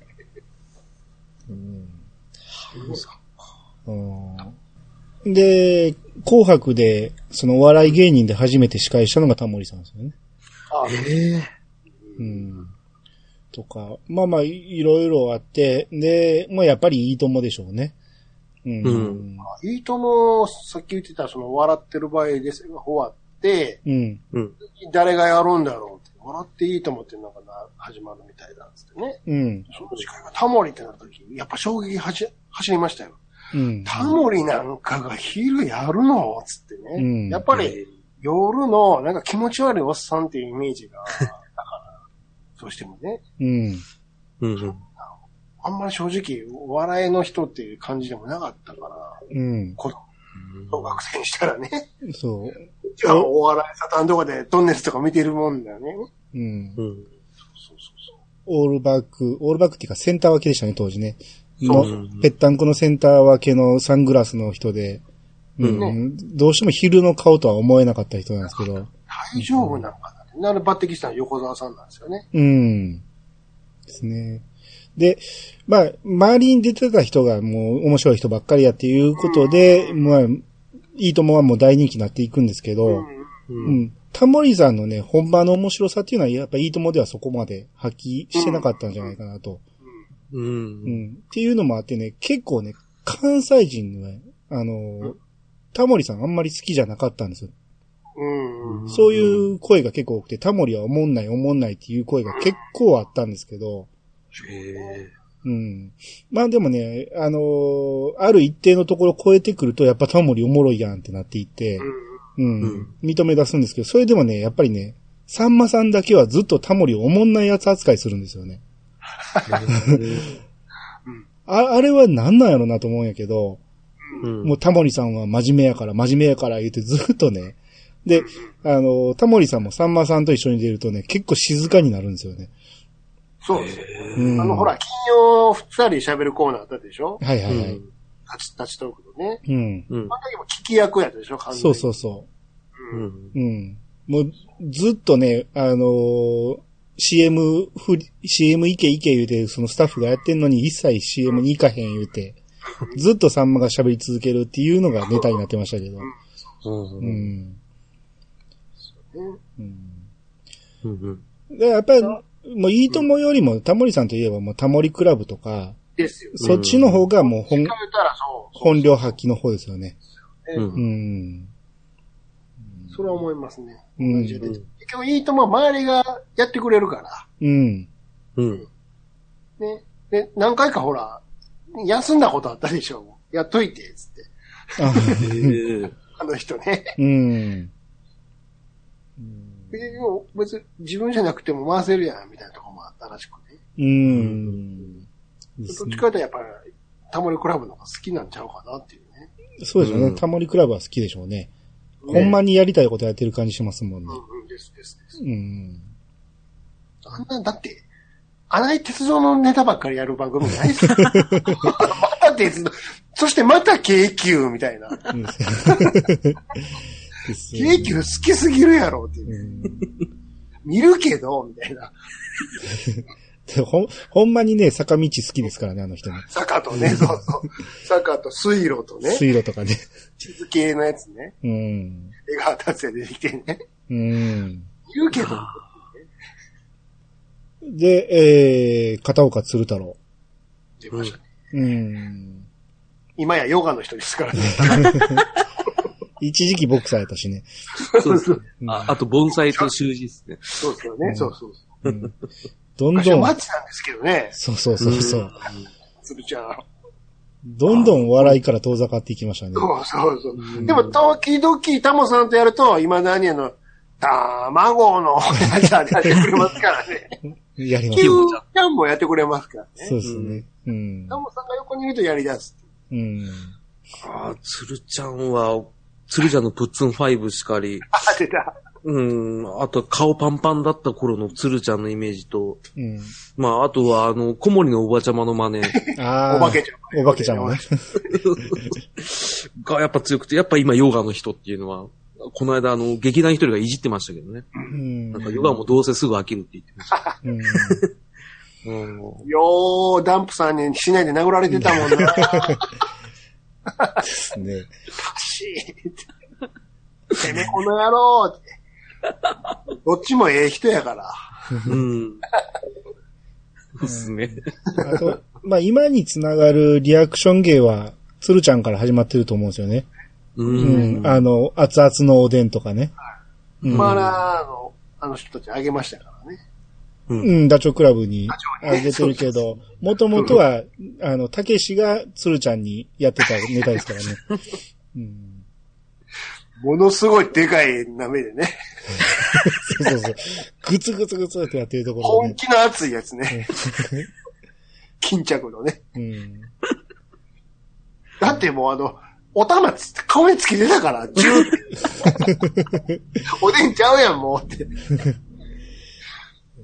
[SPEAKER 1] うんで、紅白で、そのお笑い芸人で初めて司会したのがタモリさんですよね。
[SPEAKER 3] あ
[SPEAKER 2] ええ。
[SPEAKER 1] うん。とか、まあまあ、いいろいろあって、で、まあやっぱりいいともでしょうね。うん。
[SPEAKER 2] う
[SPEAKER 3] いいとも、さっき言ってた、その、笑ってる場合です。終わって、
[SPEAKER 1] うん。
[SPEAKER 2] うん。
[SPEAKER 3] 誰がやるんだろうって、笑っていいと思ってなんかな、始まるみたいだっつってね。
[SPEAKER 1] うん。
[SPEAKER 3] その時間がタモリってなった時、やっぱ衝撃走走りましたよ。
[SPEAKER 1] うん。
[SPEAKER 3] タモリなんかが昼やるのつってね。
[SPEAKER 1] うん
[SPEAKER 3] やっぱり、夜の、なんか気持ち悪いおっさんっていうイメージが、だから、どうしてもね。
[SPEAKER 1] うん。
[SPEAKER 2] うんうん。
[SPEAKER 3] あんまり正直、お笑いの人っていう感じでもなかったから、
[SPEAKER 1] うん。
[SPEAKER 3] こ小学生にしたらね。
[SPEAKER 1] そう。
[SPEAKER 3] じゃあ、お笑いサタンとかでトンネルとか見てるもんだよね。
[SPEAKER 1] うん。
[SPEAKER 2] うん。
[SPEAKER 3] そうそう
[SPEAKER 1] オールバック、オールバックっていうかセンター分けでしたね、当時ね。
[SPEAKER 3] そう
[SPEAKER 1] の、ぺったんこのセンター分けのサングラスの人で、うん。どうしても昼の顔とは思えなかった人なんですけど。
[SPEAKER 3] そう。大丈夫なんかな、なる抜擢したのは横澤さんなんですよね。
[SPEAKER 1] うん。ですね。で、まあ、周りに出てた人がもう面白い人ばっかりやっていうことで、まあ、いいともはもう大人気になっていくんですけど、
[SPEAKER 3] うん。
[SPEAKER 1] う
[SPEAKER 2] うん。
[SPEAKER 1] ん。タモリさんのね、本場の面白さっていうのは、やっぱいいともではそこまで発揮してなかったんじゃないかなと。
[SPEAKER 2] う。
[SPEAKER 1] うんん。っていうのもあってね、結構ね、関西人のね、あのー、タモリさんあんまり好きじゃなかったんですよ。
[SPEAKER 3] うん。
[SPEAKER 1] そういう声が結構多くて、タモリは思んない思んないっていう声が結構あったんですけど、
[SPEAKER 2] へえ。
[SPEAKER 1] うん。まあでもね、あのーある一定のところを超えてくると、やっぱタモリおもろいやんってなっていって、うん。
[SPEAKER 2] うん
[SPEAKER 1] 認め出すんですけど、それでもね、やっぱりね、さんまさんだけはずっとタモリをおもんないやつ扱いするんですよね。あ、あれは何なんやろなと思うんやけど、
[SPEAKER 2] うん
[SPEAKER 1] もうタモリさんは真面目やから、真面目やから言ってずっとね。で、あの、タモリさんもさんまさんと一緒に出るとね、結構静かになるんですよね。
[SPEAKER 3] そうですよ
[SPEAKER 1] う
[SPEAKER 3] ね。
[SPEAKER 1] ん
[SPEAKER 3] あの、ほら、金曜二人で喋るコーナーあったでしょ
[SPEAKER 1] はいはいはい。
[SPEAKER 3] 立ち、立ちトークのね。
[SPEAKER 1] うん。
[SPEAKER 2] うん
[SPEAKER 3] あの時も聞き役やったでしょ完全に
[SPEAKER 1] そうそうそ
[SPEAKER 2] うん
[SPEAKER 1] う。うん。もう、ずっとね、あのー CM ふり、CM 行け行け言うて、そのスタッフがやってんのに一切 CM に行かへん言うて、ずっとさんまが喋り続けるっていうのがネタになってましたけど。
[SPEAKER 2] うん
[SPEAKER 1] う
[SPEAKER 2] うん
[SPEAKER 1] ん。
[SPEAKER 3] うん。
[SPEAKER 1] うん
[SPEAKER 2] うん
[SPEAKER 1] で、やっぱり、もう、いいともよりも、タモリさんといえば、もう、タモリクラブとか、
[SPEAKER 3] ですよ。
[SPEAKER 1] そっちの方がもう本、
[SPEAKER 3] 聞かれたらそう。
[SPEAKER 1] 本領発揮の方ですよね。
[SPEAKER 2] う
[SPEAKER 1] うんん。
[SPEAKER 3] それは思いますね。
[SPEAKER 1] うん
[SPEAKER 3] 同じで結局、いいとも周りがやってくれるから。
[SPEAKER 1] うん。
[SPEAKER 2] うん。
[SPEAKER 3] ね。で、何回かほら、休んだことあったでしょやっといて、つって。
[SPEAKER 1] あ
[SPEAKER 2] へえ。
[SPEAKER 3] あの人ね。
[SPEAKER 1] うん。
[SPEAKER 3] でも別に自分じゃなくても回せるやん、みたいなとこもあったらしくね。
[SPEAKER 1] うん。です
[SPEAKER 3] どっ
[SPEAKER 1] ね
[SPEAKER 3] ちかというとやっぱり、タモリクラブの方が好きなんちゃうかなっていうね。
[SPEAKER 1] そうでしょう
[SPEAKER 2] う
[SPEAKER 1] ね。
[SPEAKER 2] ん
[SPEAKER 1] タモリクラブは好きでしょうね。ほんまにやりたいことやってる感じしますもんね。
[SPEAKER 3] うんうんですですです。
[SPEAKER 1] うん。
[SPEAKER 3] あんな、だって、穴井鉄道のネタばっかりやる番組ないっ すよまた鉄道、そしてまた京急みたいな。
[SPEAKER 1] ですよね
[SPEAKER 3] 京急好きすぎるやろっていう。
[SPEAKER 1] うん
[SPEAKER 3] 見るけど、みたいな。
[SPEAKER 1] でほん、ほんまにね、坂道好きですからね、あの人も。
[SPEAKER 3] 坂とね、そうそう。坂と水路とね、
[SPEAKER 1] 水路とかね。
[SPEAKER 3] 地図系のやつね。
[SPEAKER 1] うん。
[SPEAKER 3] 江川達也出てきてね。
[SPEAKER 1] うん。
[SPEAKER 3] 見るけど、
[SPEAKER 1] で、えー、片岡鶴太郎。
[SPEAKER 3] 出ましたね。
[SPEAKER 1] うん。
[SPEAKER 3] 今やヨガの人ですからね。
[SPEAKER 1] 一時期ボクサーやったしね。
[SPEAKER 2] そうですね。ああと、盆栽と習字ですね。
[SPEAKER 3] そうですよね。そうそうそう。
[SPEAKER 1] うんどん
[SPEAKER 3] 昔
[SPEAKER 1] ど
[SPEAKER 3] は
[SPEAKER 1] ん
[SPEAKER 3] マッ、チなんですけどね、
[SPEAKER 1] そうそうそうそう。
[SPEAKER 3] 鶴ちゃん。
[SPEAKER 1] どんどん笑いから遠ざかっていきましたね。
[SPEAKER 3] そうそうそう。でも、時々、タモさんとやると、今何あの、卵の、やつやってくれますからね。
[SPEAKER 1] やりま
[SPEAKER 3] キ
[SPEAKER 1] す
[SPEAKER 3] ュ。ーちゃんもやってくれますから
[SPEAKER 1] そうで
[SPEAKER 3] ね。
[SPEAKER 1] すね。うん
[SPEAKER 3] タ。モさんが横にいるとやり出す。
[SPEAKER 1] うん。
[SPEAKER 2] ああ、鶴ちゃんは、鶴ちゃんのプッツン5しかり、
[SPEAKER 3] あ、出た。
[SPEAKER 2] うん、あと顔パンパンだった頃の鶴ちゃんのイメージと、
[SPEAKER 1] うん。
[SPEAKER 2] まあ、あとは、あの、小森のおばちゃまの真似
[SPEAKER 1] ああ。
[SPEAKER 3] お化けちゃん
[SPEAKER 1] お化けちゃんはね。
[SPEAKER 2] がやっぱ強くて、やっぱ今ヨガの人っていうのは、この間、あの、劇団一人がいじってましたけどね。
[SPEAKER 1] うん。
[SPEAKER 2] なんかヨガもどうせすぐ飽きるって言ってました。
[SPEAKER 1] うん
[SPEAKER 2] うん、
[SPEAKER 3] よー、ダンプさんにしないで殴られてたもんな。
[SPEAKER 1] ですね。
[SPEAKER 3] しい。てめえ、この野郎って。どっちもええ人やから。
[SPEAKER 2] うん。ですね。
[SPEAKER 1] あと、まあ今につながるリアクション芸は、鶴ちゃんから始まってると思うんですよね。
[SPEAKER 2] う。
[SPEAKER 1] うんん。あの、熱々のおでんとかね。うん
[SPEAKER 3] マナーの、あの人たちあげましたからね。
[SPEAKER 1] うん、ダチョウ倶楽部に
[SPEAKER 3] ダチョウ
[SPEAKER 1] あ
[SPEAKER 3] にね
[SPEAKER 1] げてるけど、もともとは、あの、たけしが鶴ちゃんにやってたネタですからね。うん、
[SPEAKER 3] ものすごいでかいなめでね。
[SPEAKER 1] そうそうそう。ぐつぐつぐつってやってるところを
[SPEAKER 3] 本
[SPEAKER 1] ね。
[SPEAKER 3] 気の熱いやつね。巾着のね。
[SPEAKER 1] うん。
[SPEAKER 3] だってもうあの、お玉つって顔につけてたから、 ジューって。おでんちゃうやん、もうって。
[SPEAKER 1] で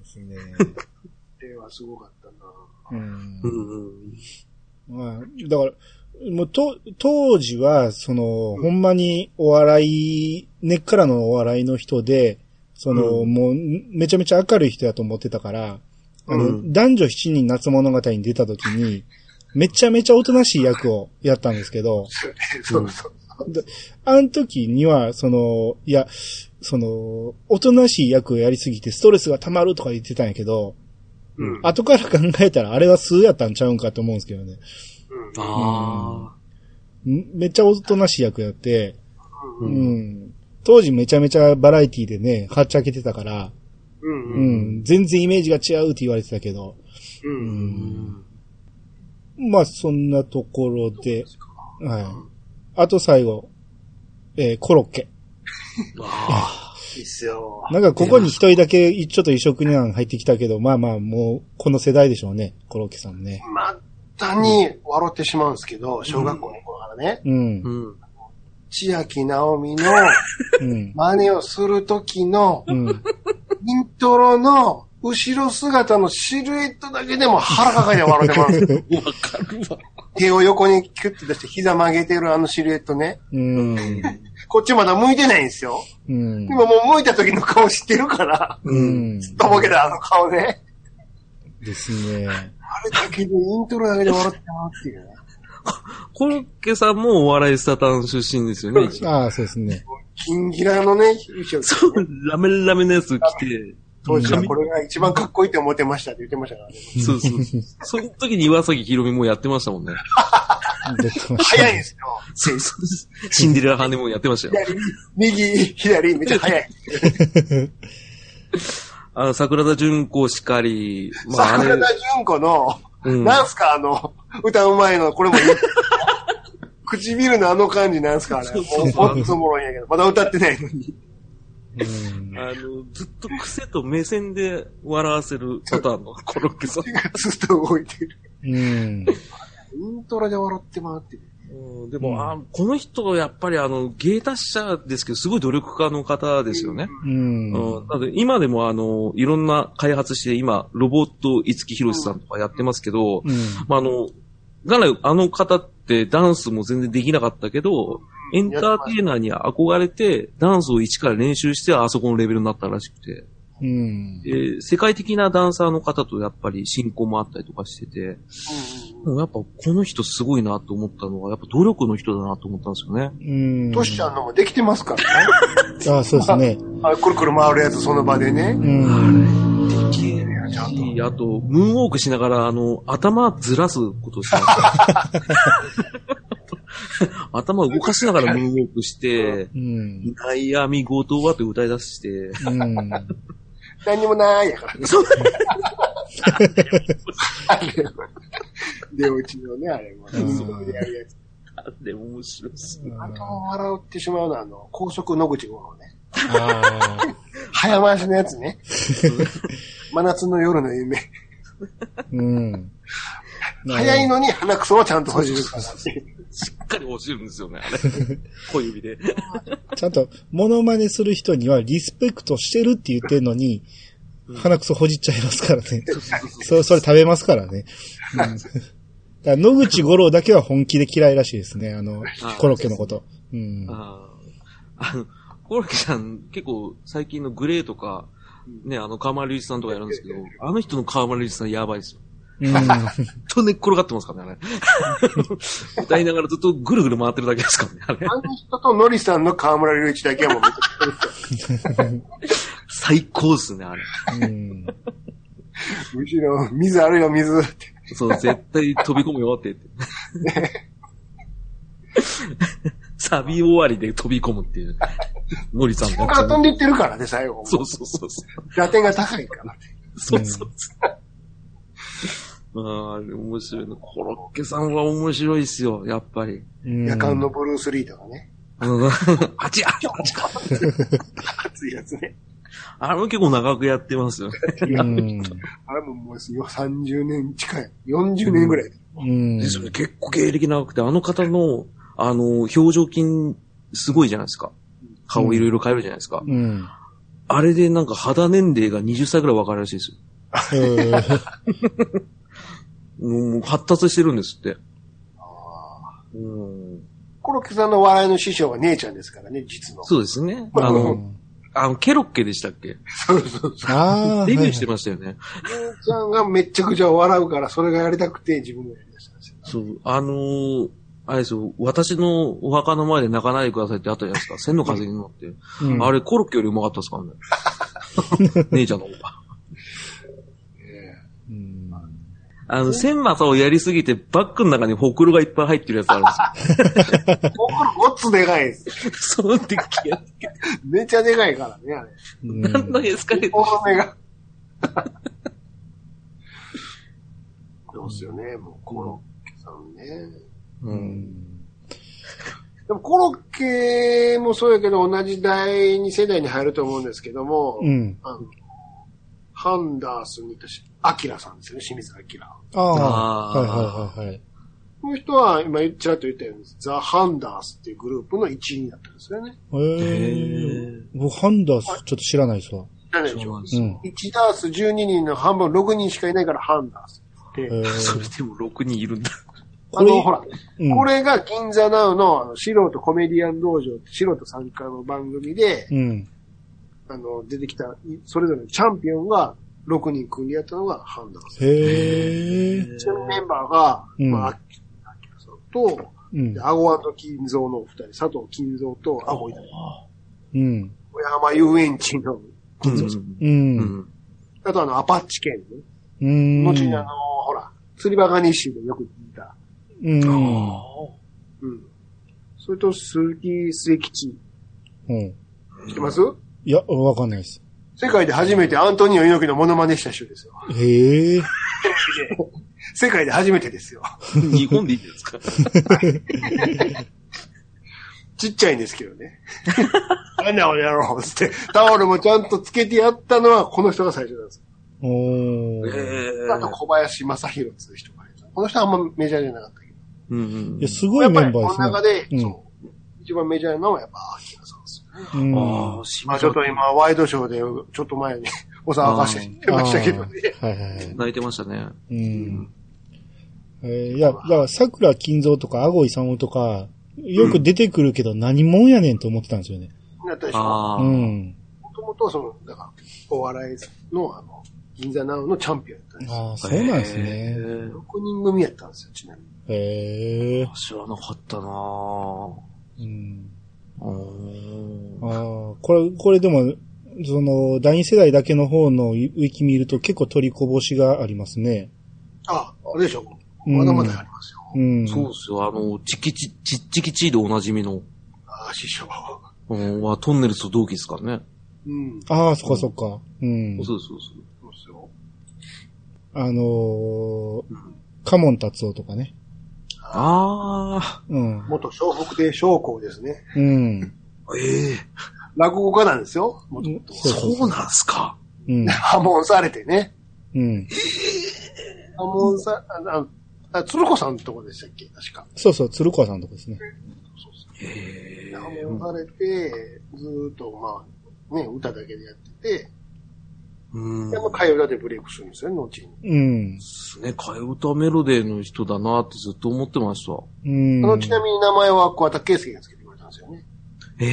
[SPEAKER 1] すね。
[SPEAKER 3] ではすごかったな
[SPEAKER 1] うん
[SPEAKER 2] う。ん。
[SPEAKER 1] まあ、だから、もうと、当時は、その、ほんまにお笑い、根っからのお笑いの人で、その、もう、めちゃめちゃ明るい人やと思ってたから、あの、
[SPEAKER 2] うん
[SPEAKER 1] 男女七人夏物語 に出た時に、めちゃめちゃおとなしい役をやったんですけど、
[SPEAKER 3] そうねそうそう。
[SPEAKER 1] だあの時には、その、いや、その、おとなしい役をやりすぎてストレスが溜まるとか言ってたんやけど、
[SPEAKER 3] うん。
[SPEAKER 1] 後から考えたらあれは数やったんちゃうんかと思うんですけどね。
[SPEAKER 3] うん
[SPEAKER 2] あ
[SPEAKER 1] んめっちゃおとなしい役やって、
[SPEAKER 2] う
[SPEAKER 1] うんん。当時めちゃめちゃバラエティでね、はっちゃけてたから、
[SPEAKER 3] うん。
[SPEAKER 1] う
[SPEAKER 3] うん。
[SPEAKER 1] ん、全然イメージが違うって言われてたけど、
[SPEAKER 3] う。
[SPEAKER 2] あ。うんん。
[SPEAKER 1] まあそんなところで、はい。あと最後、えーコロッケ。
[SPEAKER 2] あ
[SPEAKER 3] いいっすよ。
[SPEAKER 1] なんかここに一人だけいちょっと異色には入ってきたけど、まあまあもうこの世代でしょうね、コロッケさんね。
[SPEAKER 3] またに笑ってしまうんですけど、小学校の頃からね、
[SPEAKER 1] うん
[SPEAKER 2] あ。う、ん。
[SPEAKER 3] 千秋直美の
[SPEAKER 1] うん、
[SPEAKER 3] 真似をするときの、
[SPEAKER 1] うん。
[SPEAKER 3] イントロの後ろ姿のシルエットだけでも腹抱えて笑ってま す。
[SPEAKER 2] わかるわ。
[SPEAKER 3] 手を横にキュッて出して膝曲げてるあのシルエットね。
[SPEAKER 1] うん。
[SPEAKER 3] こっちまだ向いてないんですよ。
[SPEAKER 1] うん
[SPEAKER 3] で。ももう向いた時の顔知ってるから、
[SPEAKER 1] うん。
[SPEAKER 3] とぼけたあの顔ね。
[SPEAKER 1] ですね。
[SPEAKER 3] あれだけで、イントロだけで笑ってたなっていうね。
[SPEAKER 2] コロッケさんもお笑いスタタン出身ですよね。
[SPEAKER 1] ああ、そうですね。
[SPEAKER 3] 金ギラのね、衣装着て
[SPEAKER 2] そう、ラメラメのやつ着て、
[SPEAKER 3] 当時はこれが一番かっこいいって思ってましたって言ってましたからね。
[SPEAKER 2] そうそう。その時に岩崎宏美もやってましたもんね。
[SPEAKER 1] 出てました
[SPEAKER 3] 早いん
[SPEAKER 1] ね
[SPEAKER 3] ですよ。
[SPEAKER 2] そうそう。シンデレラ羽もやってましたよ。
[SPEAKER 3] 左、右、左、めっちゃ早い。
[SPEAKER 2] あの、桜田淳子しかり、 まああれ
[SPEAKER 3] 桜田、淳子の、
[SPEAKER 2] うん
[SPEAKER 3] なんすかあの、歌う前の、これもいい 唇のあの感じなんすかあれ。
[SPEAKER 2] そ
[SPEAKER 3] も
[SPEAKER 2] うそう
[SPEAKER 3] うほんとおもろいんやけど、まだ歌ってないのに。
[SPEAKER 1] うん
[SPEAKER 2] あの、ずっと癖と目線で笑わせるパターンのコロッケさん。
[SPEAKER 3] 手がずっと動いてる。
[SPEAKER 1] うん。
[SPEAKER 3] イントロで笑って回ってる。
[SPEAKER 2] うんでも、あこの人はやっぱりあの、芸達者ですけど、すごい努力家の方ですよね。
[SPEAKER 1] うん。
[SPEAKER 2] うん、なので今でもあの、いろんな開発して、今、ロボット五木ひろしさんとかやってますけど、
[SPEAKER 1] うん
[SPEAKER 2] まあ、あの、元来あの方ってダンスも全然できなかったけど、エンターテイナーに憧れて、ダンスを一から練習して、あそこのレベルになったらしくて、
[SPEAKER 1] うん。
[SPEAKER 2] で世界的なダンサーの方とやっぱり親交もあったりとかしてて、もうやっぱこの人すごいなと思ったのは、やっぱ努力の人だなと思ったんですよね。
[SPEAKER 1] うん。
[SPEAKER 3] トシちゃんのもできてますからね。
[SPEAKER 1] ああ、そうですね。
[SPEAKER 3] あくるくる回るやつ、その場でね。
[SPEAKER 1] うん。
[SPEAKER 2] できる
[SPEAKER 3] やんちゃんと
[SPEAKER 2] あと、ムーンウォークしながら、あの、頭ずらすことをしてました。 頭動かしながらムーンウォークして、
[SPEAKER 1] うん。
[SPEAKER 2] 悩み事はと歌い出して、
[SPEAKER 1] うん。
[SPEAKER 3] 何にもない やから。 あれ出落ちのね、あれも。
[SPEAKER 1] うん
[SPEAKER 3] そこでやるやつ。
[SPEAKER 2] あれ面白いっすね。
[SPEAKER 3] あと笑ってしまうのは、あの、高速野口五郎ね。
[SPEAKER 1] ああ。
[SPEAKER 3] 早回しのやつ ね。真夏の夜の夢。
[SPEAKER 1] うん。
[SPEAKER 3] 早いのに鼻くそはちゃんと閉じるからっていう。
[SPEAKER 2] しっかり落ちるんですよ ね、あれ。小指 で。
[SPEAKER 1] ちゃんと、モノマネする人にはリスペクトしてるって言ってんのに、鼻くそほじっちゃいますからね。そ、それ食べますからね。うん。だから野口五郎だけは本気で嫌いらしいですね。あの
[SPEAKER 2] あ、
[SPEAKER 1] コロッケのこと。うん。
[SPEAKER 2] あーあの、コロッケさん、結構最近のグレーとか、ね、あの、川丸隆一さんとかやるんですけど、あの人の川丸隆一さんやばいですよ。
[SPEAKER 1] うん。
[SPEAKER 2] ずっと寝っ転がってますからね、あ れ。歌いながらずっとぐるぐる回ってるだけですからね、あれ。
[SPEAKER 3] あの人とノリさんの河村隆一だけはもうめっちゃ似てる
[SPEAKER 2] 最高ですね、あれ。
[SPEAKER 1] うん。
[SPEAKER 3] むしろ、水あるよ、水って。
[SPEAKER 2] そう、絶対飛び込むよって言って。 サビ終わりで飛び込むっていう。ノリさん
[SPEAKER 3] 自
[SPEAKER 2] の
[SPEAKER 3] 分
[SPEAKER 2] や
[SPEAKER 3] か
[SPEAKER 2] つ
[SPEAKER 3] ら飛んでいってるからね、最後。
[SPEAKER 2] そうそうそうそう。
[SPEAKER 3] 打点が高いから。
[SPEAKER 2] そうそう そう。ああ、面白いの。コロッケさんは面白いっすよ、やっぱり。
[SPEAKER 1] うん
[SPEAKER 3] 夜間のブルース・リーとかね。
[SPEAKER 2] うん、 あちゃあちゃ
[SPEAKER 3] 熱いやつね。
[SPEAKER 2] あれも結構長くやってますよね。
[SPEAKER 1] うん。
[SPEAKER 3] あれももうすぐ30年近い。40年ぐらい。
[SPEAKER 1] うん。
[SPEAKER 2] ですよね。結構芸歴長くて、あの方の、あの、表情筋、すごいじゃないですか。顔いろいろ変えるじゃないですか。
[SPEAKER 1] うん。
[SPEAKER 2] あれでなんか肌年齢が20歳ぐらい分かるらしいですよ。
[SPEAKER 1] うん
[SPEAKER 2] うんもう発達してるんですって。うん、
[SPEAKER 3] コロッケさんの笑いの師匠は姉ちゃんですからね、実の。
[SPEAKER 2] そうですね。あの、あの、ケロッケでしたっけ
[SPEAKER 1] ああ。
[SPEAKER 2] デビューしてましたよね。
[SPEAKER 3] 姉ちゃんがめっちゃくちゃ笑うから、それがやりたくて自分もやりだしたんですよ。
[SPEAKER 2] そう、あのーあれですよ、私のお墓の前で泣かないでくださいってあったじゃないですか。千の風に乗って。
[SPEAKER 1] うん
[SPEAKER 2] あれ、コロッケよりうまかったですからね。姉ちゃんの方 が。
[SPEAKER 1] うん
[SPEAKER 2] あの、千正をやりすぎて、バッグの中にほくろがいっぱい入ってるやつあるんですよ。
[SPEAKER 3] 僕らごっつでかいです。
[SPEAKER 2] そうでっけ
[SPEAKER 3] めっちゃでかいからね、あれ。
[SPEAKER 1] うん
[SPEAKER 2] え。なんだエスカレーター。
[SPEAKER 3] 大目が。そうっすよね、もうコロッケさんね。
[SPEAKER 2] う。
[SPEAKER 1] うんん
[SPEAKER 3] でもコロッケもそうやけど、同じ第二世代に入ると思うんですけども、
[SPEAKER 1] うん。
[SPEAKER 3] あのハンダースにいたし、アキラさんですよね、清水アキラ。
[SPEAKER 1] ああ、
[SPEAKER 2] あー
[SPEAKER 1] はいはいはいはい。
[SPEAKER 3] この人は、今、ちらっと言ったように、ザ・ハンダースっていうグループの一員だったんですよね。
[SPEAKER 1] え
[SPEAKER 2] へ
[SPEAKER 1] え。僕、ハンダースちょっと知らないですわ。
[SPEAKER 3] 誰でし
[SPEAKER 2] そう
[SPEAKER 3] ょ
[SPEAKER 2] な
[SPEAKER 3] うん
[SPEAKER 2] です
[SPEAKER 1] う
[SPEAKER 2] よ。
[SPEAKER 1] ん。
[SPEAKER 3] 1ダース12人の半分6人しかいないからハンダースって言って。
[SPEAKER 1] ええ
[SPEAKER 2] それでも6人いるんだ。
[SPEAKER 3] あの、ほら、
[SPEAKER 1] うん
[SPEAKER 3] これが銀座ナウのあの素人コメディアン道場って素人参加の番組で、
[SPEAKER 1] うん。
[SPEAKER 3] あの、出てきた、それぞれのチャンピオンが6人組んでやったのがハンダース。
[SPEAKER 1] へえ。
[SPEAKER 3] ちなみにメンバーが、
[SPEAKER 1] うん
[SPEAKER 3] まあ、アキラさんと、
[SPEAKER 1] うん
[SPEAKER 3] で。アゴアンド金蔵のお二人、佐藤金蔵とアゴイ
[SPEAKER 1] うん。
[SPEAKER 3] 小山遊園地の、
[SPEAKER 2] うん。
[SPEAKER 1] うん。
[SPEAKER 2] う
[SPEAKER 1] うん
[SPEAKER 2] ん。
[SPEAKER 3] あとあの、アパッチ県ね。
[SPEAKER 1] うん。
[SPEAKER 3] 後にあの、ほら、釣りバカ日誌でよく聞いた。
[SPEAKER 1] うん。
[SPEAKER 3] うん。それと、鈴木末吉。
[SPEAKER 1] うん。
[SPEAKER 3] 知ってます
[SPEAKER 1] いや、わかんないです。
[SPEAKER 3] 世界で初めてアントニオ猪木のモノマネした人ですよ。
[SPEAKER 1] へえ。
[SPEAKER 3] 世界で初めてですよ。
[SPEAKER 2] 日本でいいですか
[SPEAKER 3] ちっちゃいんですけどね。なんだ俺やろうっつって、タオルもちゃんとつけてやったのはこの人が最初なんです。
[SPEAKER 1] お
[SPEAKER 2] え
[SPEAKER 1] ー。
[SPEAKER 3] あと
[SPEAKER 2] え。
[SPEAKER 3] 小林正宏っていう人がいる。この人はあんまメジャーじゃなかったけど。
[SPEAKER 2] うん
[SPEAKER 1] い
[SPEAKER 2] うん
[SPEAKER 1] や、。すご
[SPEAKER 3] や
[SPEAKER 1] い
[SPEAKER 3] っぱ
[SPEAKER 1] メ
[SPEAKER 3] り
[SPEAKER 1] ン
[SPEAKER 3] こ
[SPEAKER 1] バ
[SPEAKER 3] の
[SPEAKER 1] ー
[SPEAKER 3] 中
[SPEAKER 1] で、
[SPEAKER 3] です
[SPEAKER 1] ね。
[SPEAKER 3] そう一番メジャーなのはやっぱアキラさんですよね。
[SPEAKER 1] うん。
[SPEAKER 2] あ
[SPEAKER 1] あ
[SPEAKER 2] あ、
[SPEAKER 3] ま
[SPEAKER 2] 島
[SPEAKER 3] あちょっと今ワイドショーでちょっと前にお騒がせして
[SPEAKER 1] ー。
[SPEAKER 3] ましたけどね。
[SPEAKER 1] はいはいはい。
[SPEAKER 2] 泣いてましたね。
[SPEAKER 1] うん。えーいや、だから、桜金蔵とか、あごいさんとか、よく出てくるけど、何もんやねんと思ってたんですよね。
[SPEAKER 3] なったでしょ。も
[SPEAKER 2] ああ。
[SPEAKER 1] う。ん。
[SPEAKER 3] ともとその、だから、お笑いのあの、銀座ナウのチャンピオンだったんですよ。
[SPEAKER 1] ああ、そうなんですね。
[SPEAKER 2] ええ
[SPEAKER 3] 6人組やったんですよ、ちなみに。
[SPEAKER 1] へえ。
[SPEAKER 2] 知らなかったなぁ。
[SPEAKER 1] うん。
[SPEAKER 2] うん
[SPEAKER 1] ああ、これ、これでも、その、第二世代だけの方のウィキ見ると結構取りこぼしがありますね。
[SPEAKER 3] あ、あれでしょ。
[SPEAKER 1] うん
[SPEAKER 3] まだまだありますよ。
[SPEAKER 1] うん。
[SPEAKER 2] そうですよ。あの、チキチ、チッチキチーでおなじみの、
[SPEAKER 3] あ、師匠。
[SPEAKER 2] うん、はトンネルズと同期ですからね。
[SPEAKER 3] うん。
[SPEAKER 1] ああ、そっかそっか。うん。
[SPEAKER 2] そうです、そうです。
[SPEAKER 3] そうですよ。
[SPEAKER 1] あのー、カモン達夫とかね。
[SPEAKER 2] あ
[SPEAKER 1] うん。
[SPEAKER 3] 元小北亭将校ですね。
[SPEAKER 1] うん。
[SPEAKER 2] あ、ええ
[SPEAKER 3] 落語家なんですよ。元々
[SPEAKER 1] そうそう
[SPEAKER 2] そうなんすか。
[SPEAKER 1] うん。
[SPEAKER 3] 破門されてね。
[SPEAKER 1] うん。
[SPEAKER 3] 破門さ、あの、あ、鶴子さんのとこでしたっけ確か。
[SPEAKER 1] そうそう、鶴川さんとかですね。
[SPEAKER 2] ええ
[SPEAKER 3] 破門されて、ずーっと、まあ、ね、歌だけでやってて、
[SPEAKER 2] うん。
[SPEAKER 3] で
[SPEAKER 2] で
[SPEAKER 3] まあ、替え歌でブレイクするんですよね、後に。
[SPEAKER 1] うん。
[SPEAKER 2] すね、替え歌メロディーの人だなってずっと思ってました。
[SPEAKER 1] うん。
[SPEAKER 3] あの、ちなみに名前は桑田佳祐がつけてくれたんですよね。
[SPEAKER 2] え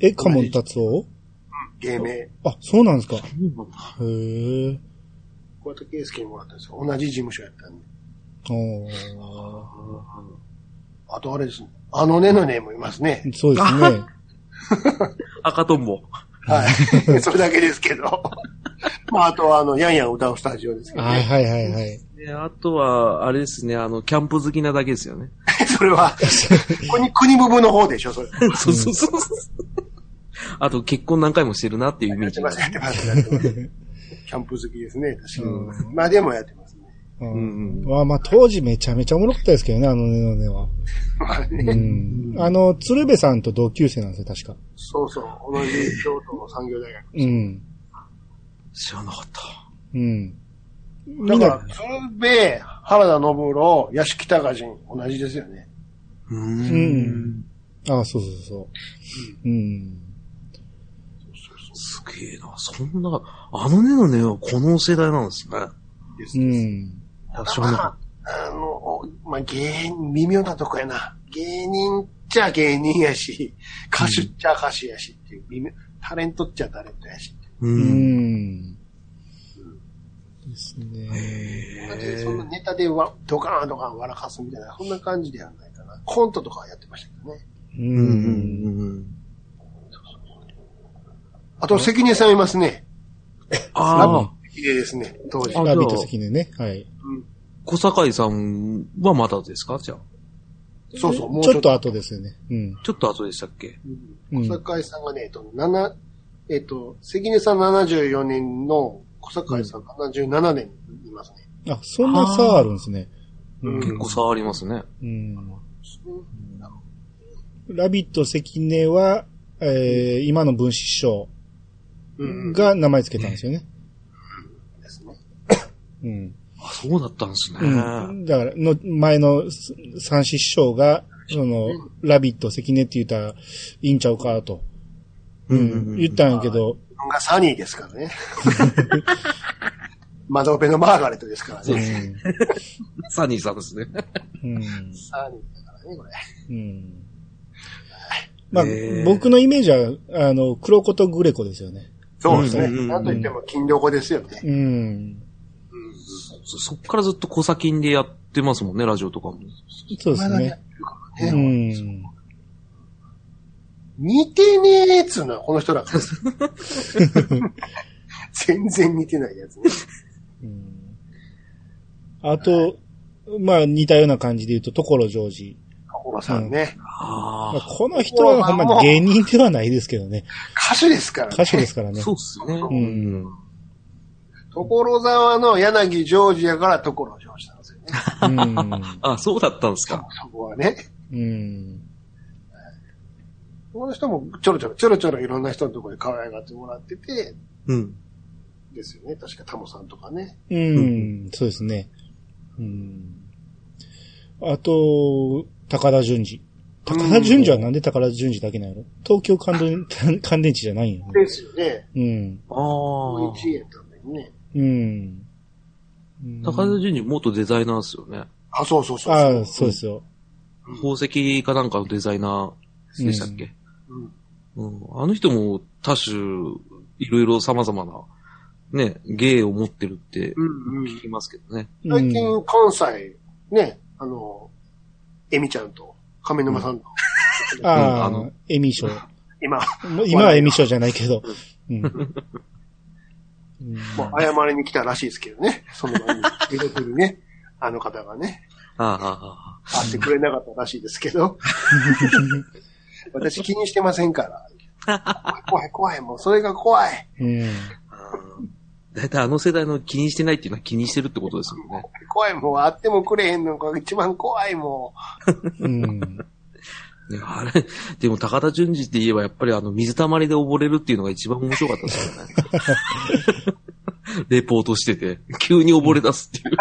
[SPEAKER 2] え
[SPEAKER 1] え、カモン達夫
[SPEAKER 3] 芸名。
[SPEAKER 1] あ、そうなんですか。へ
[SPEAKER 2] そうなんだ
[SPEAKER 1] え。
[SPEAKER 3] 桑田佳祐にもらったんですよ。同じ事務所やったんで。
[SPEAKER 1] おー
[SPEAKER 3] あとあれですね。あのねのねもいますね。
[SPEAKER 1] そうですね。
[SPEAKER 2] 赤とんぼ。
[SPEAKER 3] はい。 それだけですけど。まあ、あとは、あの、ヤンヤン歌うスタジオですけど
[SPEAKER 1] はい
[SPEAKER 3] ね。
[SPEAKER 1] はいはいはい。
[SPEAKER 2] であとは、あれですね、あの、キャンプ好きなだけですよね。
[SPEAKER 3] そ れは、国、国部分の方でしょ、それ。や
[SPEAKER 2] そうそうそうそう。あと、結婚何回もしてるなっていうイメー
[SPEAKER 3] って
[SPEAKER 2] ジ。
[SPEAKER 3] ます、やってます、やってます。キャンプ好きですね、確か
[SPEAKER 1] う
[SPEAKER 3] に。まあ、でもやってますね。
[SPEAKER 1] う
[SPEAKER 2] うん
[SPEAKER 1] ん。まあまあ当時めちゃめちゃおもろかったですけどね、あのねのねは。
[SPEAKER 3] まあ
[SPEAKER 1] う
[SPEAKER 3] ね。
[SPEAKER 1] ん。あの、鶴瓶さんと同級生なんですよ、確か。
[SPEAKER 3] そうそう。同じ京都の産業大学。
[SPEAKER 1] うん。
[SPEAKER 2] 知らなかった。
[SPEAKER 1] うん。み
[SPEAKER 3] だ
[SPEAKER 1] ん
[SPEAKER 3] か
[SPEAKER 1] な
[SPEAKER 3] ら、、鶴瓶、原田信郎、屋敷隆人、同じですよね。
[SPEAKER 2] う。
[SPEAKER 1] うんん。あ、そうそうそう。うん。
[SPEAKER 2] すげえな。そんな、あのねのねはこの世代なんですね。
[SPEAKER 3] です
[SPEAKER 1] う
[SPEAKER 3] です
[SPEAKER 1] ん。
[SPEAKER 2] あ知らなか
[SPEAKER 3] あの、おまあ、芸人、微妙なとこやな。芸人っちゃ芸人やし、歌手っちゃ歌手やしっていう、微妙、タレントっちゃタレントやし。
[SPEAKER 2] う。
[SPEAKER 1] うんん。ですね。
[SPEAKER 3] そんなネタでわドカーンとか笑かすみたいな、そんな感じではないかな。コントとかやってましたけどね。
[SPEAKER 1] う
[SPEAKER 2] うんうん
[SPEAKER 1] ん。
[SPEAKER 2] うん。
[SPEAKER 3] あと、関根さんいますね。
[SPEAKER 2] ああ、
[SPEAKER 3] 関根ですね、当時
[SPEAKER 2] あ。
[SPEAKER 1] ラビット関根ね。はい。
[SPEAKER 2] 小堺さんはまだですかじゃあ。
[SPEAKER 3] そうそう、もう
[SPEAKER 1] ちょっと。後ですよね。うん。
[SPEAKER 2] ちょっと後でしたっけ
[SPEAKER 1] うん
[SPEAKER 3] 小堺さんがね、えっと、7、えっと、関根さん74年の小堺さん77年にいますね。
[SPEAKER 1] あ、そんな差あるんですね。
[SPEAKER 3] うん
[SPEAKER 2] 結構差ありますね。
[SPEAKER 1] うん。ラビット関根は、えー、今の分子師匠
[SPEAKER 3] うん。
[SPEAKER 1] が名前つけたんですよね。
[SPEAKER 3] ですね。
[SPEAKER 1] うん。
[SPEAKER 2] あ、そうだったんですね。
[SPEAKER 1] うん。だから、の、前のす三子師匠が、その、ラビット関根って言ったら、いいんちゃうかと。
[SPEAKER 2] う
[SPEAKER 1] 言ったんやけど、
[SPEAKER 3] 自分がサニーですからね。 窓辺のマーガレットですから
[SPEAKER 1] う
[SPEAKER 3] ね。
[SPEAKER 1] ん。
[SPEAKER 2] サニーさんですね。
[SPEAKER 1] うん。
[SPEAKER 3] サニーだからね、これ。
[SPEAKER 1] うん。まあ
[SPEAKER 2] ねえ、
[SPEAKER 1] 僕のイメージは、あの、黒子とグレコですよね。
[SPEAKER 3] そうですね。
[SPEAKER 2] うんうんうん
[SPEAKER 3] なんといっても金床ですよね。
[SPEAKER 1] うん。
[SPEAKER 2] そそっからずっと小先でやってますもんね、ラジオとかも。
[SPEAKER 1] そうです
[SPEAKER 3] まだやっ
[SPEAKER 1] ね。
[SPEAKER 3] てるからね
[SPEAKER 1] うん。
[SPEAKER 3] 似てねえっつうのはこの人だから。全然似てないやつね。
[SPEAKER 1] うんあと、まあ似たような感じで言うと、所ジョージ。
[SPEAKER 3] 小野さんね。
[SPEAKER 2] あ
[SPEAKER 1] まあ
[SPEAKER 2] あ、
[SPEAKER 1] この人はほんまに芸人ではないですけどね。
[SPEAKER 3] 歌手ですからね。
[SPEAKER 1] 歌手ですからね
[SPEAKER 2] そ。うっすね。
[SPEAKER 1] ん
[SPEAKER 3] 所沢の柳ジョージやから所ジョージなんですよね。
[SPEAKER 1] うん。
[SPEAKER 2] あ、そうだったんですか。
[SPEAKER 3] そこはね。
[SPEAKER 1] うん。
[SPEAKER 3] この人もちょろちょろちょろちょろいろんな人のところに可愛がってもらってて、
[SPEAKER 2] うん。
[SPEAKER 3] ですよね。確かタモさんとかね。
[SPEAKER 1] うん。そうですね。うん。あと、高田純次。高田純次はなんで高田純次だけなんやろ東京乾電 乾電池じゃないんやね。
[SPEAKER 3] ですよね。
[SPEAKER 1] うん。
[SPEAKER 2] ああ。
[SPEAKER 3] 1位やったんだよね。
[SPEAKER 1] うん。うん
[SPEAKER 2] 高田純次元デザイナーですよね。
[SPEAKER 3] あ、そうそうそう
[SPEAKER 1] ああ、
[SPEAKER 3] そ
[SPEAKER 1] そうですよ。
[SPEAKER 2] 宝石かなんかのデザイナーでしたっけ、
[SPEAKER 3] う。うん
[SPEAKER 2] うんあの人も多種、いろいろ様々な、ね、芸を持ってるって
[SPEAKER 3] うんうん
[SPEAKER 2] 聞きますけどね。
[SPEAKER 1] う
[SPEAKER 3] 最
[SPEAKER 1] ん。
[SPEAKER 3] 近関西、ね、あの、エミちゃんと亀沼さんと、
[SPEAKER 1] あ
[SPEAKER 2] あ
[SPEAKER 1] あ
[SPEAKER 2] の、
[SPEAKER 1] エミー賞。
[SPEAKER 3] 今、
[SPEAKER 1] もう今はエミショーじゃないけど。うん。
[SPEAKER 3] もう謝りに来たらしいですけどね。その場に、見事にね、 あの方がね、
[SPEAKER 2] ああああ、
[SPEAKER 3] 会ってくれなかったらしいですけ ど。私気にしてませんから。怖い怖い、もうそれが怖い。
[SPEAKER 1] うん。
[SPEAKER 2] だいたいあの世代の気にしてないっていうのは気にしてるってことですもんね。
[SPEAKER 3] 怖い、もう会ってもくれへんのが一番怖い、も
[SPEAKER 1] うん。
[SPEAKER 2] いやあれ、 でも高田純次って言えばやっぱりあの水たまりで溺れるっていうのが一番面白かったですよね。 レポートしてて、急に溺れ出すっていう。
[SPEAKER 3] う。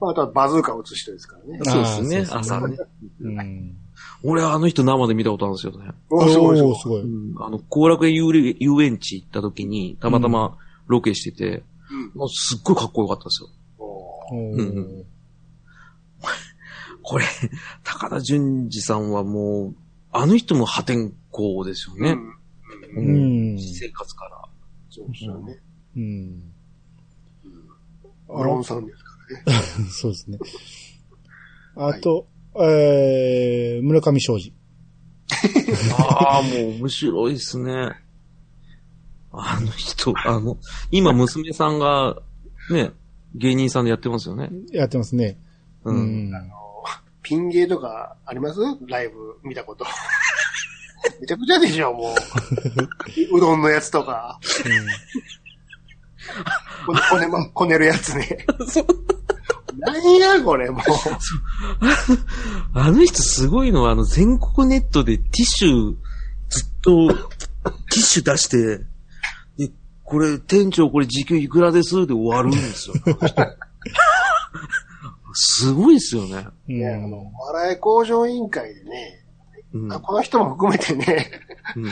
[SPEAKER 3] まあ、あとはバズーカを打つ人ですからね。
[SPEAKER 2] そうです
[SPEAKER 1] そう
[SPEAKER 2] ね
[SPEAKER 1] で、すね
[SPEAKER 2] 朝ね。
[SPEAKER 1] うん。
[SPEAKER 2] 俺はあの人生で見たことあるんですよね。
[SPEAKER 3] おーすごいすご
[SPEAKER 1] お
[SPEAKER 3] い
[SPEAKER 1] ーすごい。
[SPEAKER 2] あの、後楽園遊れ遊園地行った時に、たまたまロケしてて、もうすっごいかっこよかったんですよ。
[SPEAKER 3] おー
[SPEAKER 1] お
[SPEAKER 2] うん
[SPEAKER 1] ー
[SPEAKER 2] これ、 高田純次さんはもう、あの人も破天荒ですよね。
[SPEAKER 3] うん
[SPEAKER 1] う
[SPEAKER 2] うん
[SPEAKER 1] ん。
[SPEAKER 2] 私生活から。
[SPEAKER 3] そうですよね。
[SPEAKER 1] うん。
[SPEAKER 3] ブロンさんですからね。
[SPEAKER 1] そうですね。あと、えー、村上昌司。
[SPEAKER 2] ああ、もう面白いですね。あの人、あの、今娘さんが、ね、芸人さんでやってますよね。
[SPEAKER 1] やってますね。
[SPEAKER 2] うん。
[SPEAKER 3] ピン芸とかありますライブ見た こと。めちゃくちゃでしょ、もう。 うどんのやつとか、こねこね ま、こねるやつね。
[SPEAKER 2] そう
[SPEAKER 3] なんや、これ、もう。
[SPEAKER 2] あの人すごいのは、あの、全国ネットでティッシュ、ずっと、ティッシュ出して、で、これ、店長これ時給いくらですで終わるんですよ。すごいですよね。
[SPEAKER 1] うん。
[SPEAKER 3] ね、あ
[SPEAKER 1] うん
[SPEAKER 3] の、お笑い工場委員会でね、
[SPEAKER 2] うん。
[SPEAKER 3] あこの人も含めてね、
[SPEAKER 2] うん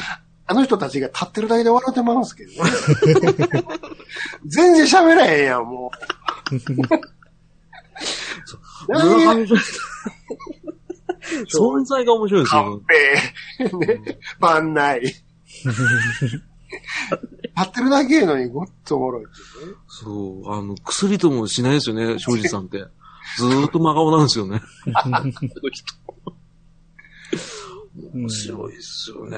[SPEAKER 3] あの人たちが立ってるだけで笑ってまうんですけど ね。全然喋らへんやん、も う。なんや
[SPEAKER 2] 村上さん存在が面白いですよね。
[SPEAKER 3] カンペ、ね、番 内。立ってるだけやのにごっつおもろいっていうね。
[SPEAKER 2] そう、あの、薬ともしないですよね、庄司さんって。ずーっと真顔なんですよね。面白いですよね。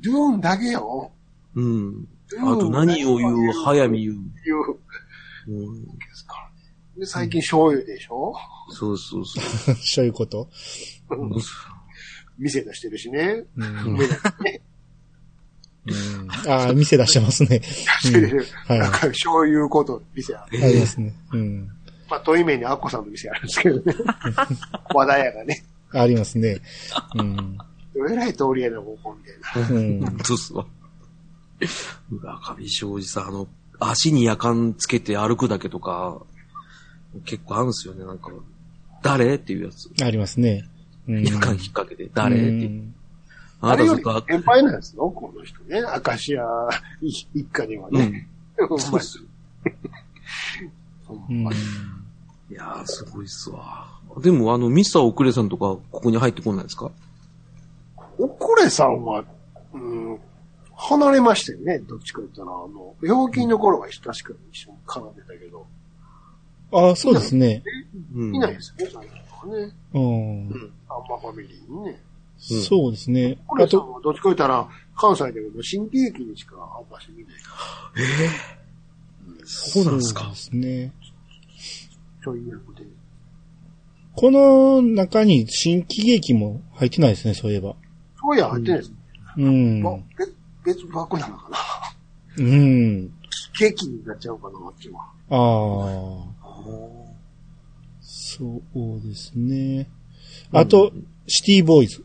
[SPEAKER 3] ドゥーンだけよ。
[SPEAKER 2] うん。
[SPEAKER 3] ドゥー
[SPEAKER 2] あ
[SPEAKER 3] ン
[SPEAKER 2] と何を言う、早見言
[SPEAKER 3] 言う
[SPEAKER 2] う。うん、
[SPEAKER 3] ですからね。で、最近醤油でしょ
[SPEAKER 2] そうそうそう。
[SPEAKER 1] そういうこと。
[SPEAKER 3] 店出してるしね。
[SPEAKER 1] うん
[SPEAKER 2] ん
[SPEAKER 1] うんああ、店出してますね。
[SPEAKER 3] 出してる。
[SPEAKER 1] うん はい
[SPEAKER 3] なんか、醤油こと店ある。
[SPEAKER 1] ありますね。うん。
[SPEAKER 3] まあ、遠い目にアッコさんの店あるんです けどね。話題やがね。
[SPEAKER 1] ありますね。うん。
[SPEAKER 3] どえらい通りやな、ここみたいな。
[SPEAKER 1] うん。
[SPEAKER 2] そうそう。 村上昌司さん、あの、足に夜間つけて歩くだけとか、結構あるんですよね、なんか。誰っていうやつ。
[SPEAKER 1] ありますね。うん
[SPEAKER 2] 夜間引っ掛けて、誰って
[SPEAKER 1] う
[SPEAKER 2] いう。
[SPEAKER 1] ん
[SPEAKER 2] あ
[SPEAKER 3] あ
[SPEAKER 2] なた
[SPEAKER 3] れよ
[SPEAKER 2] ず
[SPEAKER 3] り
[SPEAKER 2] っとあ、
[SPEAKER 3] 先輩なんですよ、この人ね。明石家一家には
[SPEAKER 2] う
[SPEAKER 3] ね。
[SPEAKER 2] ん。
[SPEAKER 3] ほん
[SPEAKER 2] そう
[SPEAKER 3] ま
[SPEAKER 2] っ
[SPEAKER 3] に
[SPEAKER 2] すよ。
[SPEAKER 1] うん
[SPEAKER 2] いやー、すごいっすわ。でも、あの、ミスターオクレさんとか、ここに入ってこないですか
[SPEAKER 3] おこれさんは、うん、離れましたよね、どっちか言ったら。あの、病気の頃は確かに一緒に絡んでたけど、
[SPEAKER 1] ああ、そうですね。
[SPEAKER 2] うん。
[SPEAKER 3] いないですよね、最近はね。
[SPEAKER 1] うん
[SPEAKER 3] う。ん。あんまファミリーにね。
[SPEAKER 1] そうですね。
[SPEAKER 3] こ
[SPEAKER 1] あ
[SPEAKER 3] れさん
[SPEAKER 1] と、
[SPEAKER 3] はどっちか言ったら、関西だけど、新喜劇にしかあんまし見ない。
[SPEAKER 2] そうなんですか
[SPEAKER 1] そうですね。
[SPEAKER 3] ちょい役で。
[SPEAKER 1] この中に新喜劇も入ってないですね、そういえば。
[SPEAKER 3] そういや、入ってないです。
[SPEAKER 1] うん。
[SPEAKER 3] まあ別別枠なのかな。
[SPEAKER 1] うん。
[SPEAKER 3] 劇になっちゃうかな、あっちは。
[SPEAKER 1] ああ。そうですね。あと、シティボーイズ。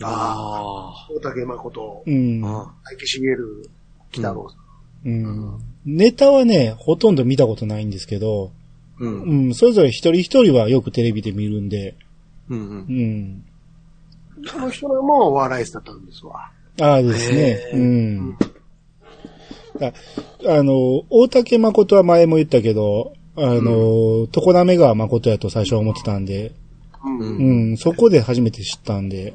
[SPEAKER 2] あ
[SPEAKER 3] 大竹誠、
[SPEAKER 1] うん
[SPEAKER 2] ー。。あ
[SPEAKER 3] 相木茂、北郎さん。
[SPEAKER 1] うん。ネタはね、ほとんど見たことないんですけど、
[SPEAKER 2] う。
[SPEAKER 1] うんん、それぞれ一人一人はよくテレビで見るんで、
[SPEAKER 2] うん。う。
[SPEAKER 1] うんん。
[SPEAKER 3] その人らもお笑い師だったんですわ。
[SPEAKER 1] ああですね
[SPEAKER 2] へ。ー
[SPEAKER 1] うん。ああの、大竹誠は前も言ったけど、あの、常滑川誠やと最初は思ってたんで、
[SPEAKER 3] うん。うん。
[SPEAKER 1] うん、そこで初めて知ったんで、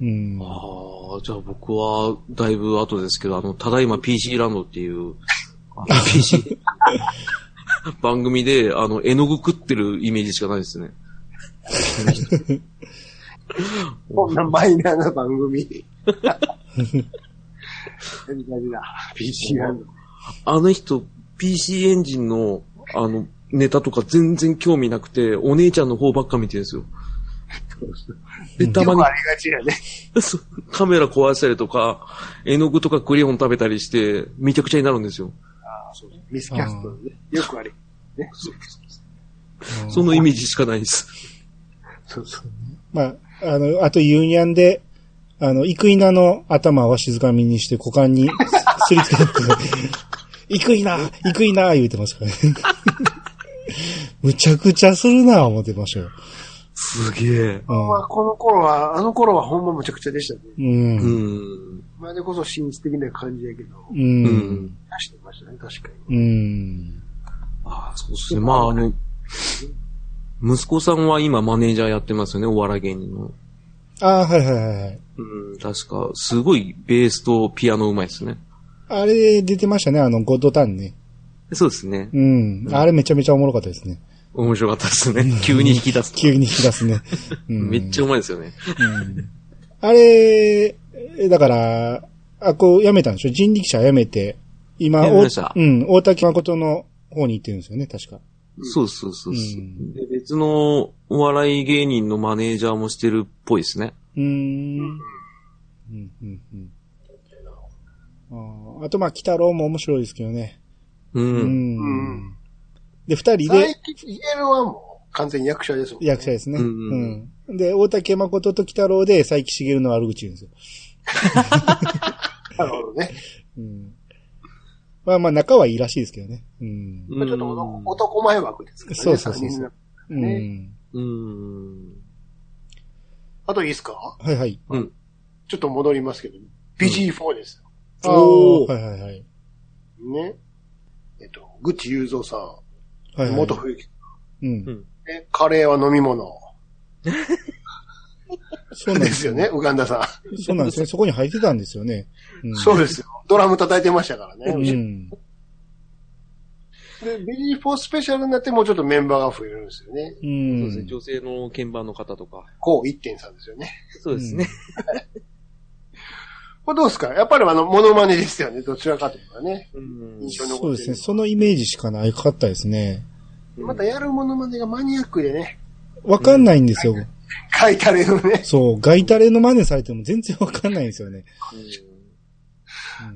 [SPEAKER 1] うん。
[SPEAKER 2] ああ、じゃあ僕は、だいぶ後ですけど、あの、ただいま PC ランドっていう、あの PC、番組で、あの、絵の具食ってるイメージしかないですね。
[SPEAKER 3] こんなマイナーな番組。何々だ。PC ランド。
[SPEAKER 2] あの人、PC エンジンの、あの、ネタとか全然興味なくて、お姉ちゃんの方ばっか見てるんです よ。で、たま
[SPEAKER 3] よ
[SPEAKER 2] に
[SPEAKER 3] くありがちやね。
[SPEAKER 2] そう カメラ壊したりとか、絵の具とかクレヨン食べたりして、めちゃくちゃになるんですよ。
[SPEAKER 3] ミスキャストね。よくあり。ね。
[SPEAKER 2] そのイメージしかないです。
[SPEAKER 3] そうそう。
[SPEAKER 1] まあ、あの、あとユニアンで、あの、イクイナの頭は静かみにして股間にすりつけて、イクイナイクイナ言うてましたからね。むちゃくちゃするな思ってましたよ。
[SPEAKER 2] すげえ。
[SPEAKER 3] まあ、この頃は、あの頃はほんまむちゃくちゃでしたね。
[SPEAKER 1] うん。
[SPEAKER 2] う
[SPEAKER 1] うん。
[SPEAKER 2] ん。
[SPEAKER 3] までこそ紳士的な感じやけど、
[SPEAKER 1] うん。
[SPEAKER 2] うん。
[SPEAKER 3] 出してましたね、確かに。
[SPEAKER 1] うん。
[SPEAKER 2] ああ、そうですね。まあ、あの、息子さんは今マネージャーやってますよね、お笑い芸人の。
[SPEAKER 1] ああ、はいはいはいはい。
[SPEAKER 2] うん、確か、すごいベースとピアノうまいですね。
[SPEAKER 1] あれ出てましたね、あの、ゴッドタンね。
[SPEAKER 2] そうですね。
[SPEAKER 1] うん。あれめちゃめちゃおもろかったですね。
[SPEAKER 2] 面白かったですね。急に引き出す。
[SPEAKER 1] 急に引き出す ね。うん
[SPEAKER 2] めっちゃうまいですよね。
[SPEAKER 1] あれ、だから、あ、こう、辞めたんでしょ人力車辞めて、今、
[SPEAKER 2] 辞めました
[SPEAKER 1] おうん、大竹誠の方に行ってるんですよね、確か。
[SPEAKER 2] そうそうそうそう、
[SPEAKER 1] うん
[SPEAKER 2] で。別のお笑い芸人のマネージャーもしてるっぽいですね。
[SPEAKER 1] うーん。うん、うん、うん。あーあと、まあ、北郎も面白いですけどね。
[SPEAKER 2] う。
[SPEAKER 1] うんん。
[SPEAKER 3] うん
[SPEAKER 1] で、二人
[SPEAKER 3] 最
[SPEAKER 1] で
[SPEAKER 3] 近、イエロはもう完全に役者ですもんね。
[SPEAKER 1] 役者ですね。
[SPEAKER 2] う
[SPEAKER 1] うんん。で、大竹誠と北郎で佐伯茂の悪口言うんですよ。
[SPEAKER 3] なるほどね。
[SPEAKER 1] うん。まあまあ、仲はいいらしいですけどね。うん。
[SPEAKER 2] う
[SPEAKER 3] まあ
[SPEAKER 2] ん、
[SPEAKER 3] ちょっと男前枠ですからね。
[SPEAKER 1] そうそうそう
[SPEAKER 3] 三人の
[SPEAKER 1] うん。
[SPEAKER 2] うん。
[SPEAKER 3] あといいですか
[SPEAKER 1] はいはい。
[SPEAKER 2] うん。
[SPEAKER 3] ちょっと戻りますけど、ビジー4ですよ。
[SPEAKER 1] ああ、はいはいはい。
[SPEAKER 3] ね。えっと、グッチ雄三さ
[SPEAKER 1] はい
[SPEAKER 3] ん、
[SPEAKER 1] はい。
[SPEAKER 3] 元冬木さ
[SPEAKER 1] うん。
[SPEAKER 3] ん、ねカレーは飲み物
[SPEAKER 1] そうなん
[SPEAKER 3] で
[SPEAKER 1] ですす
[SPEAKER 3] よ
[SPEAKER 1] よ
[SPEAKER 3] ね
[SPEAKER 1] ね。、
[SPEAKER 3] ウガンダさ
[SPEAKER 1] そうなんですね。そこに入ってたんですよね。うん
[SPEAKER 3] ん。そうですよ。ドラム叩いてましたから
[SPEAKER 1] う
[SPEAKER 3] ね。
[SPEAKER 1] ん。
[SPEAKER 3] で、ビリー4スペシャルになってもうちょっとメンバーが増えるんですよね。
[SPEAKER 1] う
[SPEAKER 2] そうですね、
[SPEAKER 1] ん。
[SPEAKER 2] 女性の鍵盤の方とか。
[SPEAKER 3] こう1.3ですよね。
[SPEAKER 2] そうですね。
[SPEAKER 3] これどうですかやっぱりあの、モノマネですよね。どちらかというとね。
[SPEAKER 2] うん
[SPEAKER 3] 印象に
[SPEAKER 1] そ
[SPEAKER 3] 残
[SPEAKER 1] う
[SPEAKER 3] っ
[SPEAKER 1] で
[SPEAKER 3] て
[SPEAKER 1] す
[SPEAKER 3] る
[SPEAKER 1] ね。。そのイメージしかないかったですね。
[SPEAKER 3] またやるモノマネがマニアックでね。
[SPEAKER 1] わかんないんですよ。
[SPEAKER 3] 書いたれのね。
[SPEAKER 1] そう、ガイタレの真似されても全然わかんないんですよね。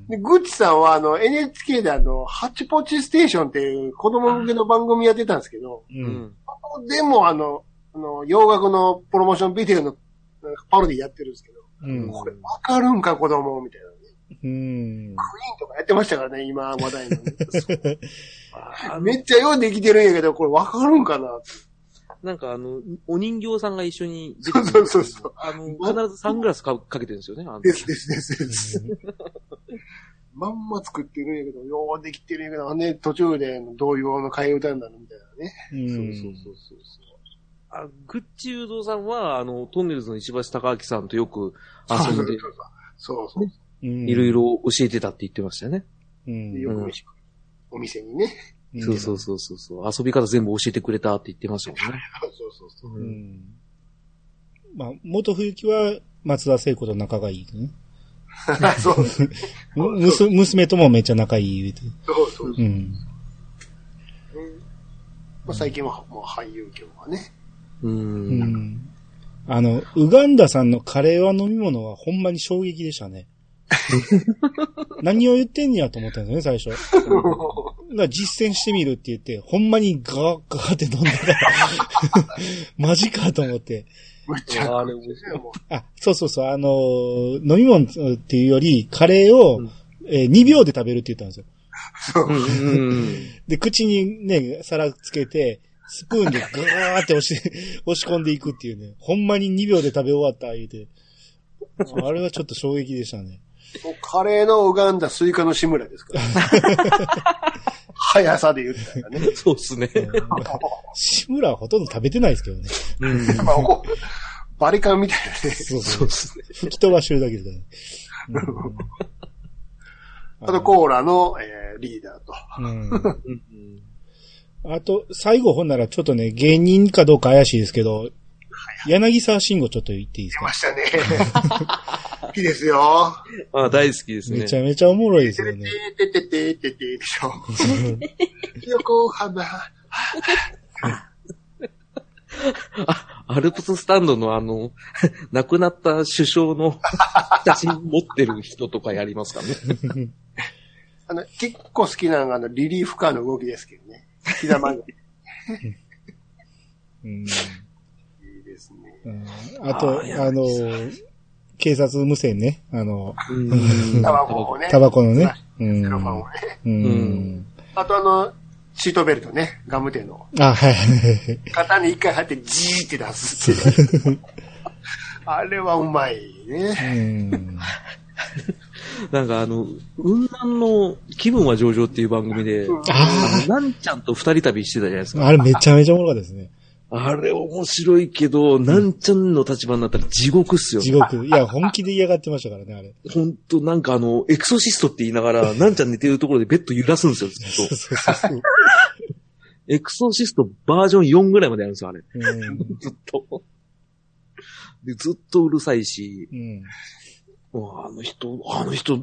[SPEAKER 3] で、グッチさんはあの、NHK であの、ハッチポッチステーションっていう子供向けの番組やってたんですけど、
[SPEAKER 1] う。
[SPEAKER 2] うんん。
[SPEAKER 3] でもあの、あの、洋楽のプロモーションビデオのなんかパロディやってるんですけど、
[SPEAKER 1] うん。
[SPEAKER 3] これわかるんか子供みたいな。
[SPEAKER 1] うん。
[SPEAKER 3] クイーンとかやってましたからね、今話題のね、めっちゃようできてるんやけど、これわかるんかなって
[SPEAKER 2] なんかあの、お人形さんが一緒に出てく
[SPEAKER 3] そう
[SPEAKER 2] る
[SPEAKER 3] そうそうそう。
[SPEAKER 2] あの、必ずサングラスかかけてるんですよね。あの
[SPEAKER 3] ですですですです。まんま作ってるんやけど、ようできてるんやけど、ね、途中で同様の替え歌になるみたいなね。
[SPEAKER 1] う
[SPEAKER 2] そうんそうそうそうそう。あ、グッチ有造さんは、あの、トンネルズの石橋貴明さんとよく遊んで、
[SPEAKER 3] そうそう。
[SPEAKER 1] うん
[SPEAKER 2] いろい。ろ教えてたって言ってましたよね。
[SPEAKER 1] うん
[SPEAKER 3] でよく飯食うお店にね。
[SPEAKER 1] うん
[SPEAKER 2] そうそうそうそうそう。遊び方全部教えてくれたって言ってましたもんね。
[SPEAKER 3] そうそうそう。
[SPEAKER 1] う
[SPEAKER 2] うん
[SPEAKER 1] ん。まあ、元冬木は松田聖子と仲がいい、ね。
[SPEAKER 3] そうそう
[SPEAKER 1] む娘娘ともめっちゃ仲いい言うて。
[SPEAKER 3] そうそう
[SPEAKER 1] う
[SPEAKER 3] ね
[SPEAKER 1] ん。
[SPEAKER 3] まあ、最近はもう俳優業がね。
[SPEAKER 2] う。
[SPEAKER 1] うんん。あの、ウガンダさんのカレーは飲み物はほんまに衝撃でした ね。何を言ってんやと思ったんですよね、最初。だから実践してみるって言って、ほんまにガーガーって飲んで た。マジかと思って。
[SPEAKER 3] むちゃくちゃ
[SPEAKER 2] あれ面白
[SPEAKER 3] も
[SPEAKER 1] あ、そうそうそう、あのー飲み物っていうより、カレーを、
[SPEAKER 2] うん
[SPEAKER 1] えー2秒で食べるって言ったんですよ。
[SPEAKER 2] うんうん。
[SPEAKER 1] で、口にね、皿つけて、スプーンでガーって押し、 押し込んでいくっていうね。ほんまに2秒で食べ終わった、言うて。あれはちょっと衝撃でしたね。
[SPEAKER 3] うカレーのウガンダ、スイカの志村ですから。速さで言ったらね。
[SPEAKER 2] そうっすね。
[SPEAKER 1] 志村はほとんど食べてないですけどね。
[SPEAKER 2] うん。
[SPEAKER 3] まあこうバリカンみたいなね。
[SPEAKER 1] そう
[SPEAKER 2] そ
[SPEAKER 1] そうう
[SPEAKER 2] っ。すね。
[SPEAKER 1] 吹き飛ばしてるだけですからね。
[SPEAKER 3] あとコーラの、えーリーダーと。
[SPEAKER 1] うん。
[SPEAKER 2] うん
[SPEAKER 1] あと、最後ほんならちょっとね、芸人かどうか怪しいですけど、柳沢慎吾ちょっと言っていいです
[SPEAKER 3] 出
[SPEAKER 1] か
[SPEAKER 3] ましたね。好きですよ。
[SPEAKER 2] あ大好きですね
[SPEAKER 1] めち。ゃめちゃおもろいです
[SPEAKER 3] て
[SPEAKER 1] よ
[SPEAKER 3] れ
[SPEAKER 1] ね。
[SPEAKER 3] ててててててでしょ。横浜。
[SPEAKER 2] あ、アルプススタンドのあの、 亡くなった首相の 写真持ってる人とかやりますからね。
[SPEAKER 3] あの、結構好きなのが、あの、リリーフカーの動きですけどね。膝曲げ。
[SPEAKER 1] うん
[SPEAKER 3] いいですね。
[SPEAKER 1] うんあと、
[SPEAKER 2] あー
[SPEAKER 1] あの、警察無線ね。あの、
[SPEAKER 2] うん
[SPEAKER 3] タバコをね。
[SPEAKER 1] タバコのね。うん
[SPEAKER 3] セロファンをね。
[SPEAKER 1] うん。
[SPEAKER 3] あとあの、シートベルトね。ガムテの。
[SPEAKER 1] あ、はいはい。
[SPEAKER 3] 肩に一回入ってジーって出すっていう。 あれはうまいね。
[SPEAKER 1] うん。
[SPEAKER 2] なんかあの、雲南の気分は上々っていう番組で、
[SPEAKER 1] あ
[SPEAKER 2] なんちゃんと二人旅してたじゃないです
[SPEAKER 1] あ、
[SPEAKER 2] か。
[SPEAKER 1] あれめちゃめちゃおもろかったですね。
[SPEAKER 2] あれ面白いけど、なんちゃんの立場になったら地獄っすよ
[SPEAKER 1] 地。獄。いや、本気で嫌がってましたからね、あれ。
[SPEAKER 2] ほんと、なんかあの、エクソシストって言いながら、なんちゃん寝てるところでベッド揺らすんですよ、ず
[SPEAKER 1] そ
[SPEAKER 2] っ
[SPEAKER 1] う
[SPEAKER 2] と。
[SPEAKER 1] そうそう。
[SPEAKER 2] エクソシストバージョン4ぐらいまであるんですよ、あれ。
[SPEAKER 1] うん。
[SPEAKER 2] ずっと。で、ずっとうるさいし、
[SPEAKER 1] うん。
[SPEAKER 2] もうあの人、あの人、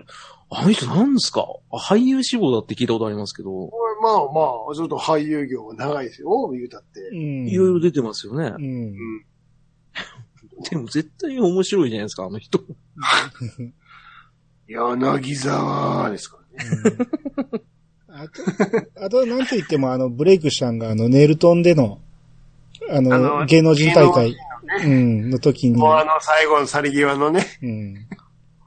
[SPEAKER 2] あの人なんですかあ俳優志望だって聞いたことありますけど、
[SPEAKER 3] これまあまあ、ちょっと俳優業は長いですよ、言うたって。
[SPEAKER 1] うん。
[SPEAKER 2] いろいろ出てますよね。
[SPEAKER 1] うん。
[SPEAKER 2] でも絶対面白いじゃないですか、あの人。
[SPEAKER 3] 柳沢ですからね。
[SPEAKER 1] あと、あと、 なんと言っても、あの、ブレイクしたんが、あの、ネルトンでの、あの、
[SPEAKER 3] あの
[SPEAKER 1] 芸能人大会
[SPEAKER 3] 芸、
[SPEAKER 1] うん、の時に、
[SPEAKER 3] もうあの最後の去り際のね、
[SPEAKER 1] うん。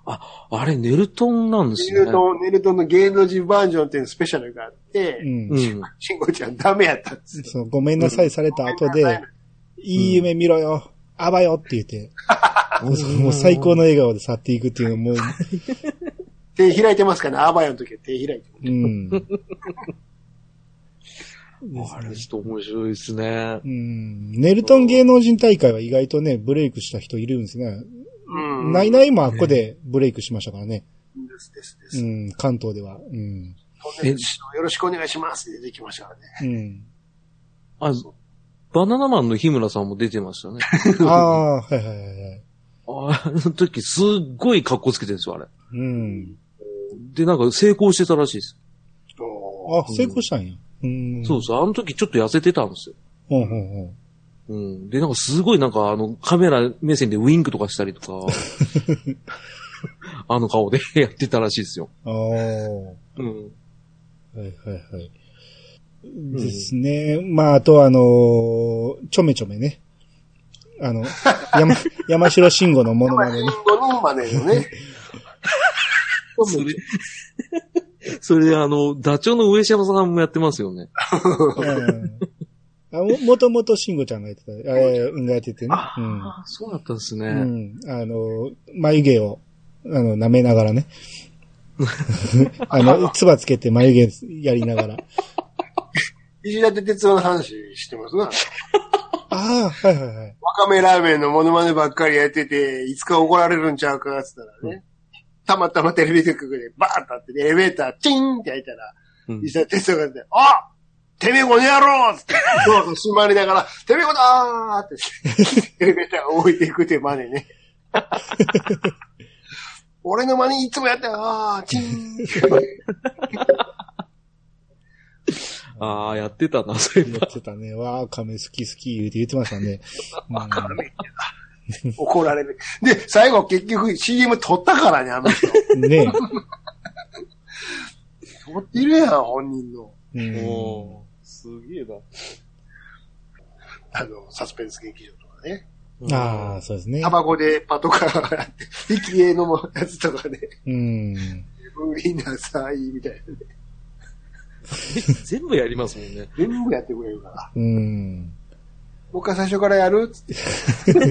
[SPEAKER 2] あ、あれ、ネルトンなんです
[SPEAKER 3] ネ
[SPEAKER 2] よ
[SPEAKER 3] ル
[SPEAKER 2] ね。
[SPEAKER 3] トン、ネルトンの芸能人バージョンっていうスペシャルがあって、
[SPEAKER 1] うん
[SPEAKER 2] う。ん。
[SPEAKER 3] シンゴちゃんダメやったっつって。
[SPEAKER 1] そう、ごめんなさいされた後で、いい夢見ろよ、あばよって言って、
[SPEAKER 2] ん
[SPEAKER 1] もう最高の笑顔で去っていくっていうのも、
[SPEAKER 3] 手開いてますからね、アバヤの時は手開いてま
[SPEAKER 1] うん。
[SPEAKER 2] あれ、ちょっと面白いですね。
[SPEAKER 1] うん。ネルトン芸能人大会は意外とね、ブレイクした人いるんですね。
[SPEAKER 3] す。うん。
[SPEAKER 1] ないないもあっこでブレイクしましたからね。
[SPEAKER 3] ですですです。
[SPEAKER 1] うん、関東では。うん。
[SPEAKER 3] とんねるず師匠よろしくお願いしますって出てきましたからね。
[SPEAKER 1] うん。
[SPEAKER 2] あ、バナナマンの日村さんも出てましたね。
[SPEAKER 1] ああ、はいはいはいはい。
[SPEAKER 2] あの時、すっごい格好つけてるんですよ、あれ。
[SPEAKER 1] うん。
[SPEAKER 2] で、なんか成功してたらしいです。
[SPEAKER 3] おー
[SPEAKER 1] あ、成功したんや。うん。
[SPEAKER 2] そうそう、あの時ちょっと痩せてたんですよ。
[SPEAKER 1] ほうほうほ
[SPEAKER 2] うん。で、なんかすごいなんかあの、カメラ目線でウィンクとかしたりとか、あの顔で やってたらしいですよ。
[SPEAKER 1] う。ああ。
[SPEAKER 2] うん。
[SPEAKER 1] はいはいはい。ですね。まあ、あとはあのーちょめちょめね。あ の、山、山城慎吾のモノ
[SPEAKER 3] ま
[SPEAKER 1] マ
[SPEAKER 3] あ、
[SPEAKER 1] ネ
[SPEAKER 3] イン
[SPEAKER 1] ね。
[SPEAKER 3] ドのマネのね。
[SPEAKER 2] それ、 それであの、ダチョウの上島さんもやってますよね。
[SPEAKER 1] うんあももともと慎吾ちゃんがやってた、あえーうんがやっててね。うん。
[SPEAKER 2] あ、そうだったんです
[SPEAKER 1] う
[SPEAKER 2] ね。
[SPEAKER 1] ん。あの、眉毛を、あの、舐めながら ね。あの、つばつけて眉毛やりながら。
[SPEAKER 3] 石立哲夫の話してますな。
[SPEAKER 1] ああ、はいはいはい。
[SPEAKER 3] わかめラーメンのモノマネばっかりやってて、いつか怒られるんちゃうかって言ったらね、たまたまテレビ局でバーッとあってね、エレベーターチーンって開いたら、
[SPEAKER 2] うん
[SPEAKER 3] 石田哲夫が出て、あてめえこの野郎っつって、そうそう、閉まりながら、てめえこだーって、エレベーターが置いていくってマネね。俺のマネいつもやったよ、あー、チーンって。
[SPEAKER 2] ああ、やってたな、そういえ
[SPEAKER 1] 言
[SPEAKER 2] ば
[SPEAKER 1] ってたね。 わあ、亀好き好き言うて言ってました ね。うん
[SPEAKER 3] 怒られる。で、最後結局 CM 撮ったからね、あの人。
[SPEAKER 1] ね
[SPEAKER 3] 撮ってるやん、本人の。
[SPEAKER 1] え。うん
[SPEAKER 2] おーすげえな。
[SPEAKER 3] あの、サスペンス劇場とかね。
[SPEAKER 1] ああ、そうですね
[SPEAKER 3] タ。バコでパトカーがあって、生き絵のやつとかね、
[SPEAKER 1] うん。
[SPEAKER 3] 売りなさい、みたいなね。
[SPEAKER 2] 全部やりますもんね。
[SPEAKER 3] 全部やってくれるから。
[SPEAKER 1] うん。
[SPEAKER 3] もう一回最初からやるっつって。
[SPEAKER 1] うん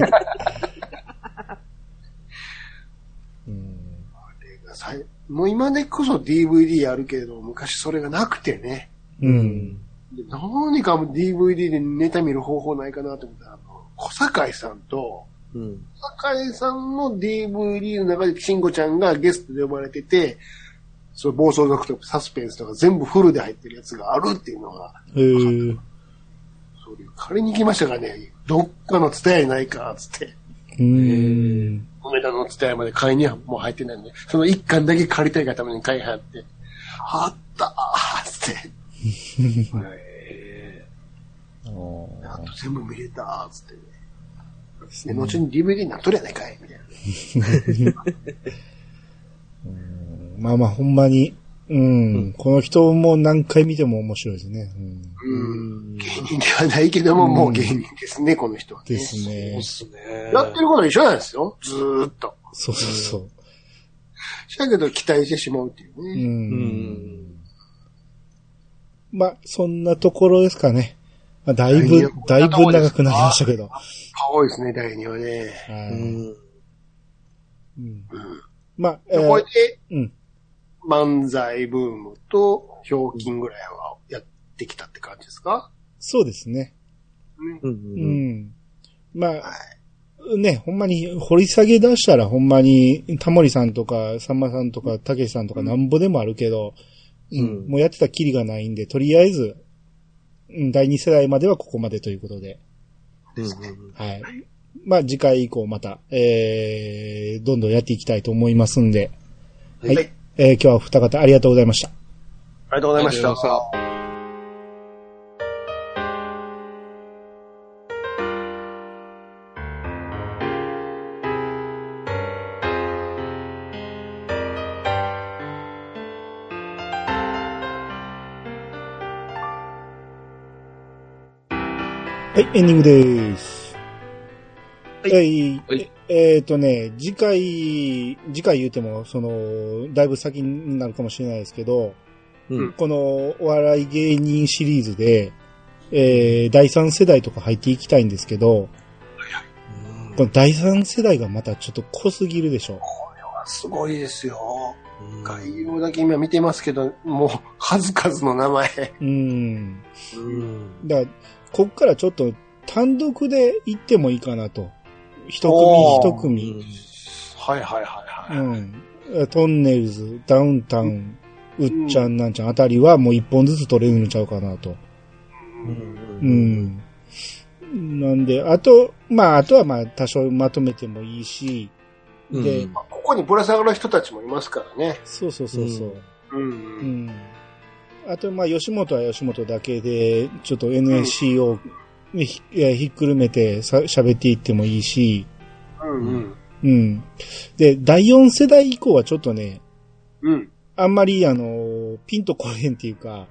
[SPEAKER 3] さいもう今でこそ DVD やるけれど、昔それがなくてね。
[SPEAKER 1] うん。
[SPEAKER 3] で何か DVD でネタ見る方法ないかなと思ったら、あの小堺さんと、
[SPEAKER 2] うん。
[SPEAKER 3] 小堺さんの DVD の中で、慎吾ちゃんがゲストで呼ばれてて、そう、暴走族とかサスペンスとか全部フルで入ってるやつがあるっていうのが、
[SPEAKER 1] へえ。
[SPEAKER 3] そういう、借りに行きましたからね、どっかの伝えないか、つって。
[SPEAKER 1] うん。
[SPEAKER 3] 梅田の伝えまで買いにはもう入ってないんで、その一巻だけ借りたいがために買い入って、あったーつって。 えーやっと全部見れたーつってね。で、後に DVD になっとるやないかいみたいな。
[SPEAKER 1] まあまあ、ほんまに。うん。この人も何回見ても面白いですね。うん
[SPEAKER 3] うん。芸人ではないけども、もう芸人ですね、この人は、ね。
[SPEAKER 1] ですね。
[SPEAKER 2] すね
[SPEAKER 3] やってることは一緒なんですよ。ずーっと。
[SPEAKER 1] そうそうそう。
[SPEAKER 3] だけど期待してしまうっていう
[SPEAKER 1] う。
[SPEAKER 3] ね。
[SPEAKER 2] うんん。
[SPEAKER 1] まあ、そんなところですかね。まあ、だいぶ、だいぶ長くなりましたけど。
[SPEAKER 3] かわいいですね、第二はね。
[SPEAKER 1] はい。
[SPEAKER 2] うん。
[SPEAKER 1] うんまあ、え
[SPEAKER 3] でこれ
[SPEAKER 1] ー
[SPEAKER 3] で、
[SPEAKER 1] うん。
[SPEAKER 3] 漫才ブームと、ひょうきんぐらいはやってきたって感じですか、
[SPEAKER 1] そうですね。
[SPEAKER 2] う。
[SPEAKER 1] うんん。まあ、ね、ほんまに掘り下げ出したらほんまにタモリさんとかさんまさんとかたけしさんとかなんぼでもあるけど、うん
[SPEAKER 2] うん
[SPEAKER 1] もうやってたきりがないんで、とりあえず、うん第2世代まではここまでということで、
[SPEAKER 2] うん
[SPEAKER 1] はい。まあ次回以降また、えー、どんどんやっていきたいと思いますんで、はい。
[SPEAKER 3] はい
[SPEAKER 1] えー今日はお二方ありがとうございました。
[SPEAKER 3] ありがとうございました。
[SPEAKER 1] はい、エンディングです。
[SPEAKER 2] はい
[SPEAKER 1] はい。
[SPEAKER 2] はい
[SPEAKER 1] えっ、とね、次回、次回言うても、その、だいぶ先になるかもしれないですけど、
[SPEAKER 2] うん。
[SPEAKER 1] このお笑い芸人シリーズで、えー、第3世代とか入っていきたいんですけど、この第3世代がまたちょっと濃すぎるでしょ。
[SPEAKER 3] すごいですよ。概要だけ今見てますけど、もう数々の名前。
[SPEAKER 1] うん。
[SPEAKER 2] うん。
[SPEAKER 1] だから、こっからちょっと単独で行ってもいいかなと。一組
[SPEAKER 3] お
[SPEAKER 1] 一
[SPEAKER 3] ー
[SPEAKER 1] 組。
[SPEAKER 3] はいはいはいはい。
[SPEAKER 1] うん。トンネルズ、ダウンタウン、うっちゃんなんちゃんあたりはもう一本ずつ取れるのちゃうかなと。
[SPEAKER 2] うん
[SPEAKER 1] う。ん。なんで、あと、まあ、あとはまあ、多少まとめてもいいし、
[SPEAKER 2] うん
[SPEAKER 1] で
[SPEAKER 2] うん
[SPEAKER 3] まあここにぶら下がる人たちもいますからね。
[SPEAKER 1] そうそうそうそう。
[SPEAKER 3] う。
[SPEAKER 1] うんん。あと、まあ、吉本は吉本だけで、ちょっと NSC をひ,、ひっくるめてさ喋っていってもいいし、
[SPEAKER 3] うん。うん。
[SPEAKER 1] うん。で、第4世代以降はちょっとね、
[SPEAKER 3] うん。
[SPEAKER 1] あんまり、あの、ピンとこへんっていうか、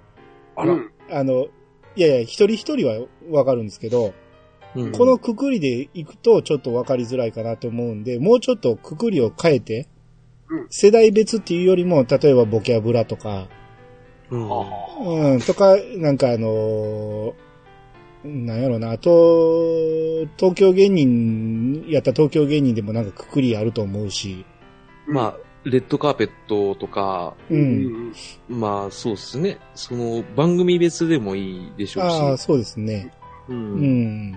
[SPEAKER 2] あら
[SPEAKER 3] うん
[SPEAKER 1] あの、いやいや、一人一人はわかるんですけど、
[SPEAKER 2] うん
[SPEAKER 1] このくくりで行くとちょっと分かりづらいかなと思うんで、もうちょっとくくりを変えて
[SPEAKER 3] うん、
[SPEAKER 1] 世代別っていうよりも、例えばボキャブラとか、
[SPEAKER 2] うん
[SPEAKER 1] うん、とか、なんかあのーなんやろな、あと、東京芸人、やった東京芸人でもなんかくくりあると思うし、
[SPEAKER 2] まあ、レッドカーペットとか、
[SPEAKER 1] う。
[SPEAKER 3] うんん。
[SPEAKER 2] まあそうですね。その番組別でもいいでしょ
[SPEAKER 1] ああ、
[SPEAKER 2] うし。
[SPEAKER 1] そうですね。
[SPEAKER 2] う。
[SPEAKER 1] うんん。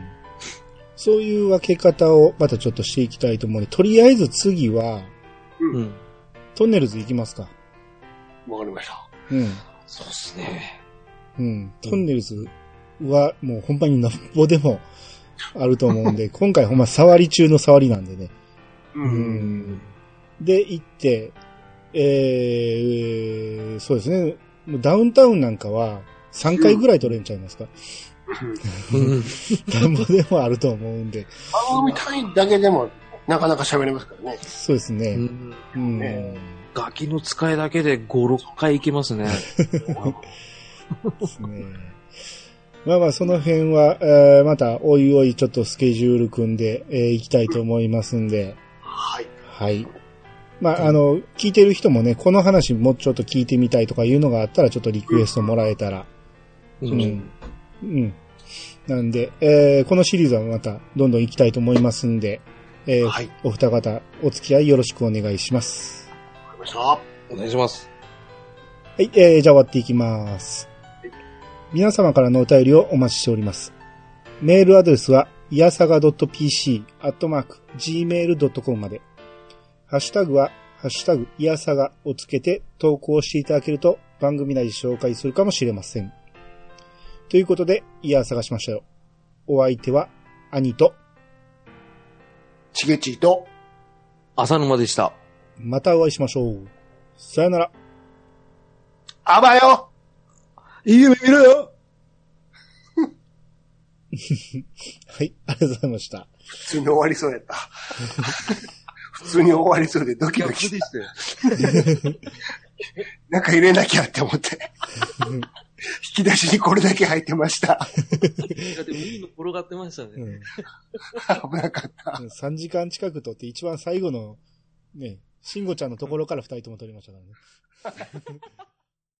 [SPEAKER 1] そういう分け方をまたちょっとしていきたいと思うので、とりあえず次は、
[SPEAKER 2] うん。
[SPEAKER 1] トンネルズ行きますか。
[SPEAKER 3] わかりました。
[SPEAKER 1] うん。
[SPEAKER 2] そうですね。
[SPEAKER 1] うん。トンネルズはもうほんまになんぼでもあると思うん で、今回ほんま触り中の触りなんでね。
[SPEAKER 3] う。
[SPEAKER 1] うんん。で、行って、えー、そうですね。もうダウンタウンなんかは3回ぐらい取れんちゃい ますか。
[SPEAKER 2] うん。
[SPEAKER 1] なんぼでもあると思うんで。
[SPEAKER 3] 番組単位だけでも、なかなか喋れますからね。
[SPEAKER 1] そうです
[SPEAKER 2] う
[SPEAKER 1] ね。
[SPEAKER 2] ん
[SPEAKER 1] うん。
[SPEAKER 3] え
[SPEAKER 2] ガキの使いだけで5、6回いけますね。
[SPEAKER 1] ですね。まあまあ、その辺は、えーまた、おいおい、ちょっとスケジュール組んで、えー行きたいと思いますんで。
[SPEAKER 3] はい。
[SPEAKER 1] はい。まあ、あの、聞いてる人もね、この話もうちょっと聞いてみたいとかいうのがあったら、ちょっとリクエストもらえたら。
[SPEAKER 2] う
[SPEAKER 1] うんん。。うん。なんで、えーこのシリーズはまた、どんどん行きたいと思いますんで、えー
[SPEAKER 3] はい。わ
[SPEAKER 1] お二方、お付き合いよろしくお願いします。
[SPEAKER 3] かりました。
[SPEAKER 2] お願いします。
[SPEAKER 1] はい、えーじゃあ終わっていきます。皆様からのお便りをお待ちしております。メールアドレスは、いやさが .pc、アットマーク、gmail.com まで。ハッシュタグは、ハッシュタグ、いやさがをつけて投稿していただけると、番組内で紹介するかもしれません。ということで、いやさがしましたよ。お相手は、兄と、
[SPEAKER 3] ちげちと、
[SPEAKER 2] 浅沼でした。
[SPEAKER 1] またお会いしましょう。さよなら。
[SPEAKER 3] あばよ
[SPEAKER 2] いい夢見ろよ
[SPEAKER 1] はい、ありがとうございました。
[SPEAKER 3] 普通に終わりそうやった。 普通に終わりそうでドキドキした。
[SPEAKER 2] したよ。
[SPEAKER 3] なんか入れなきゃって思って。引き出しにこれだけ入ってました。
[SPEAKER 2] だっていいの転がってましたね。
[SPEAKER 1] う
[SPEAKER 3] 危なかった。
[SPEAKER 1] ん、3時間近く撮って一番最後の、ね、慎吾ちゃんのところから2人とも撮りましたからね。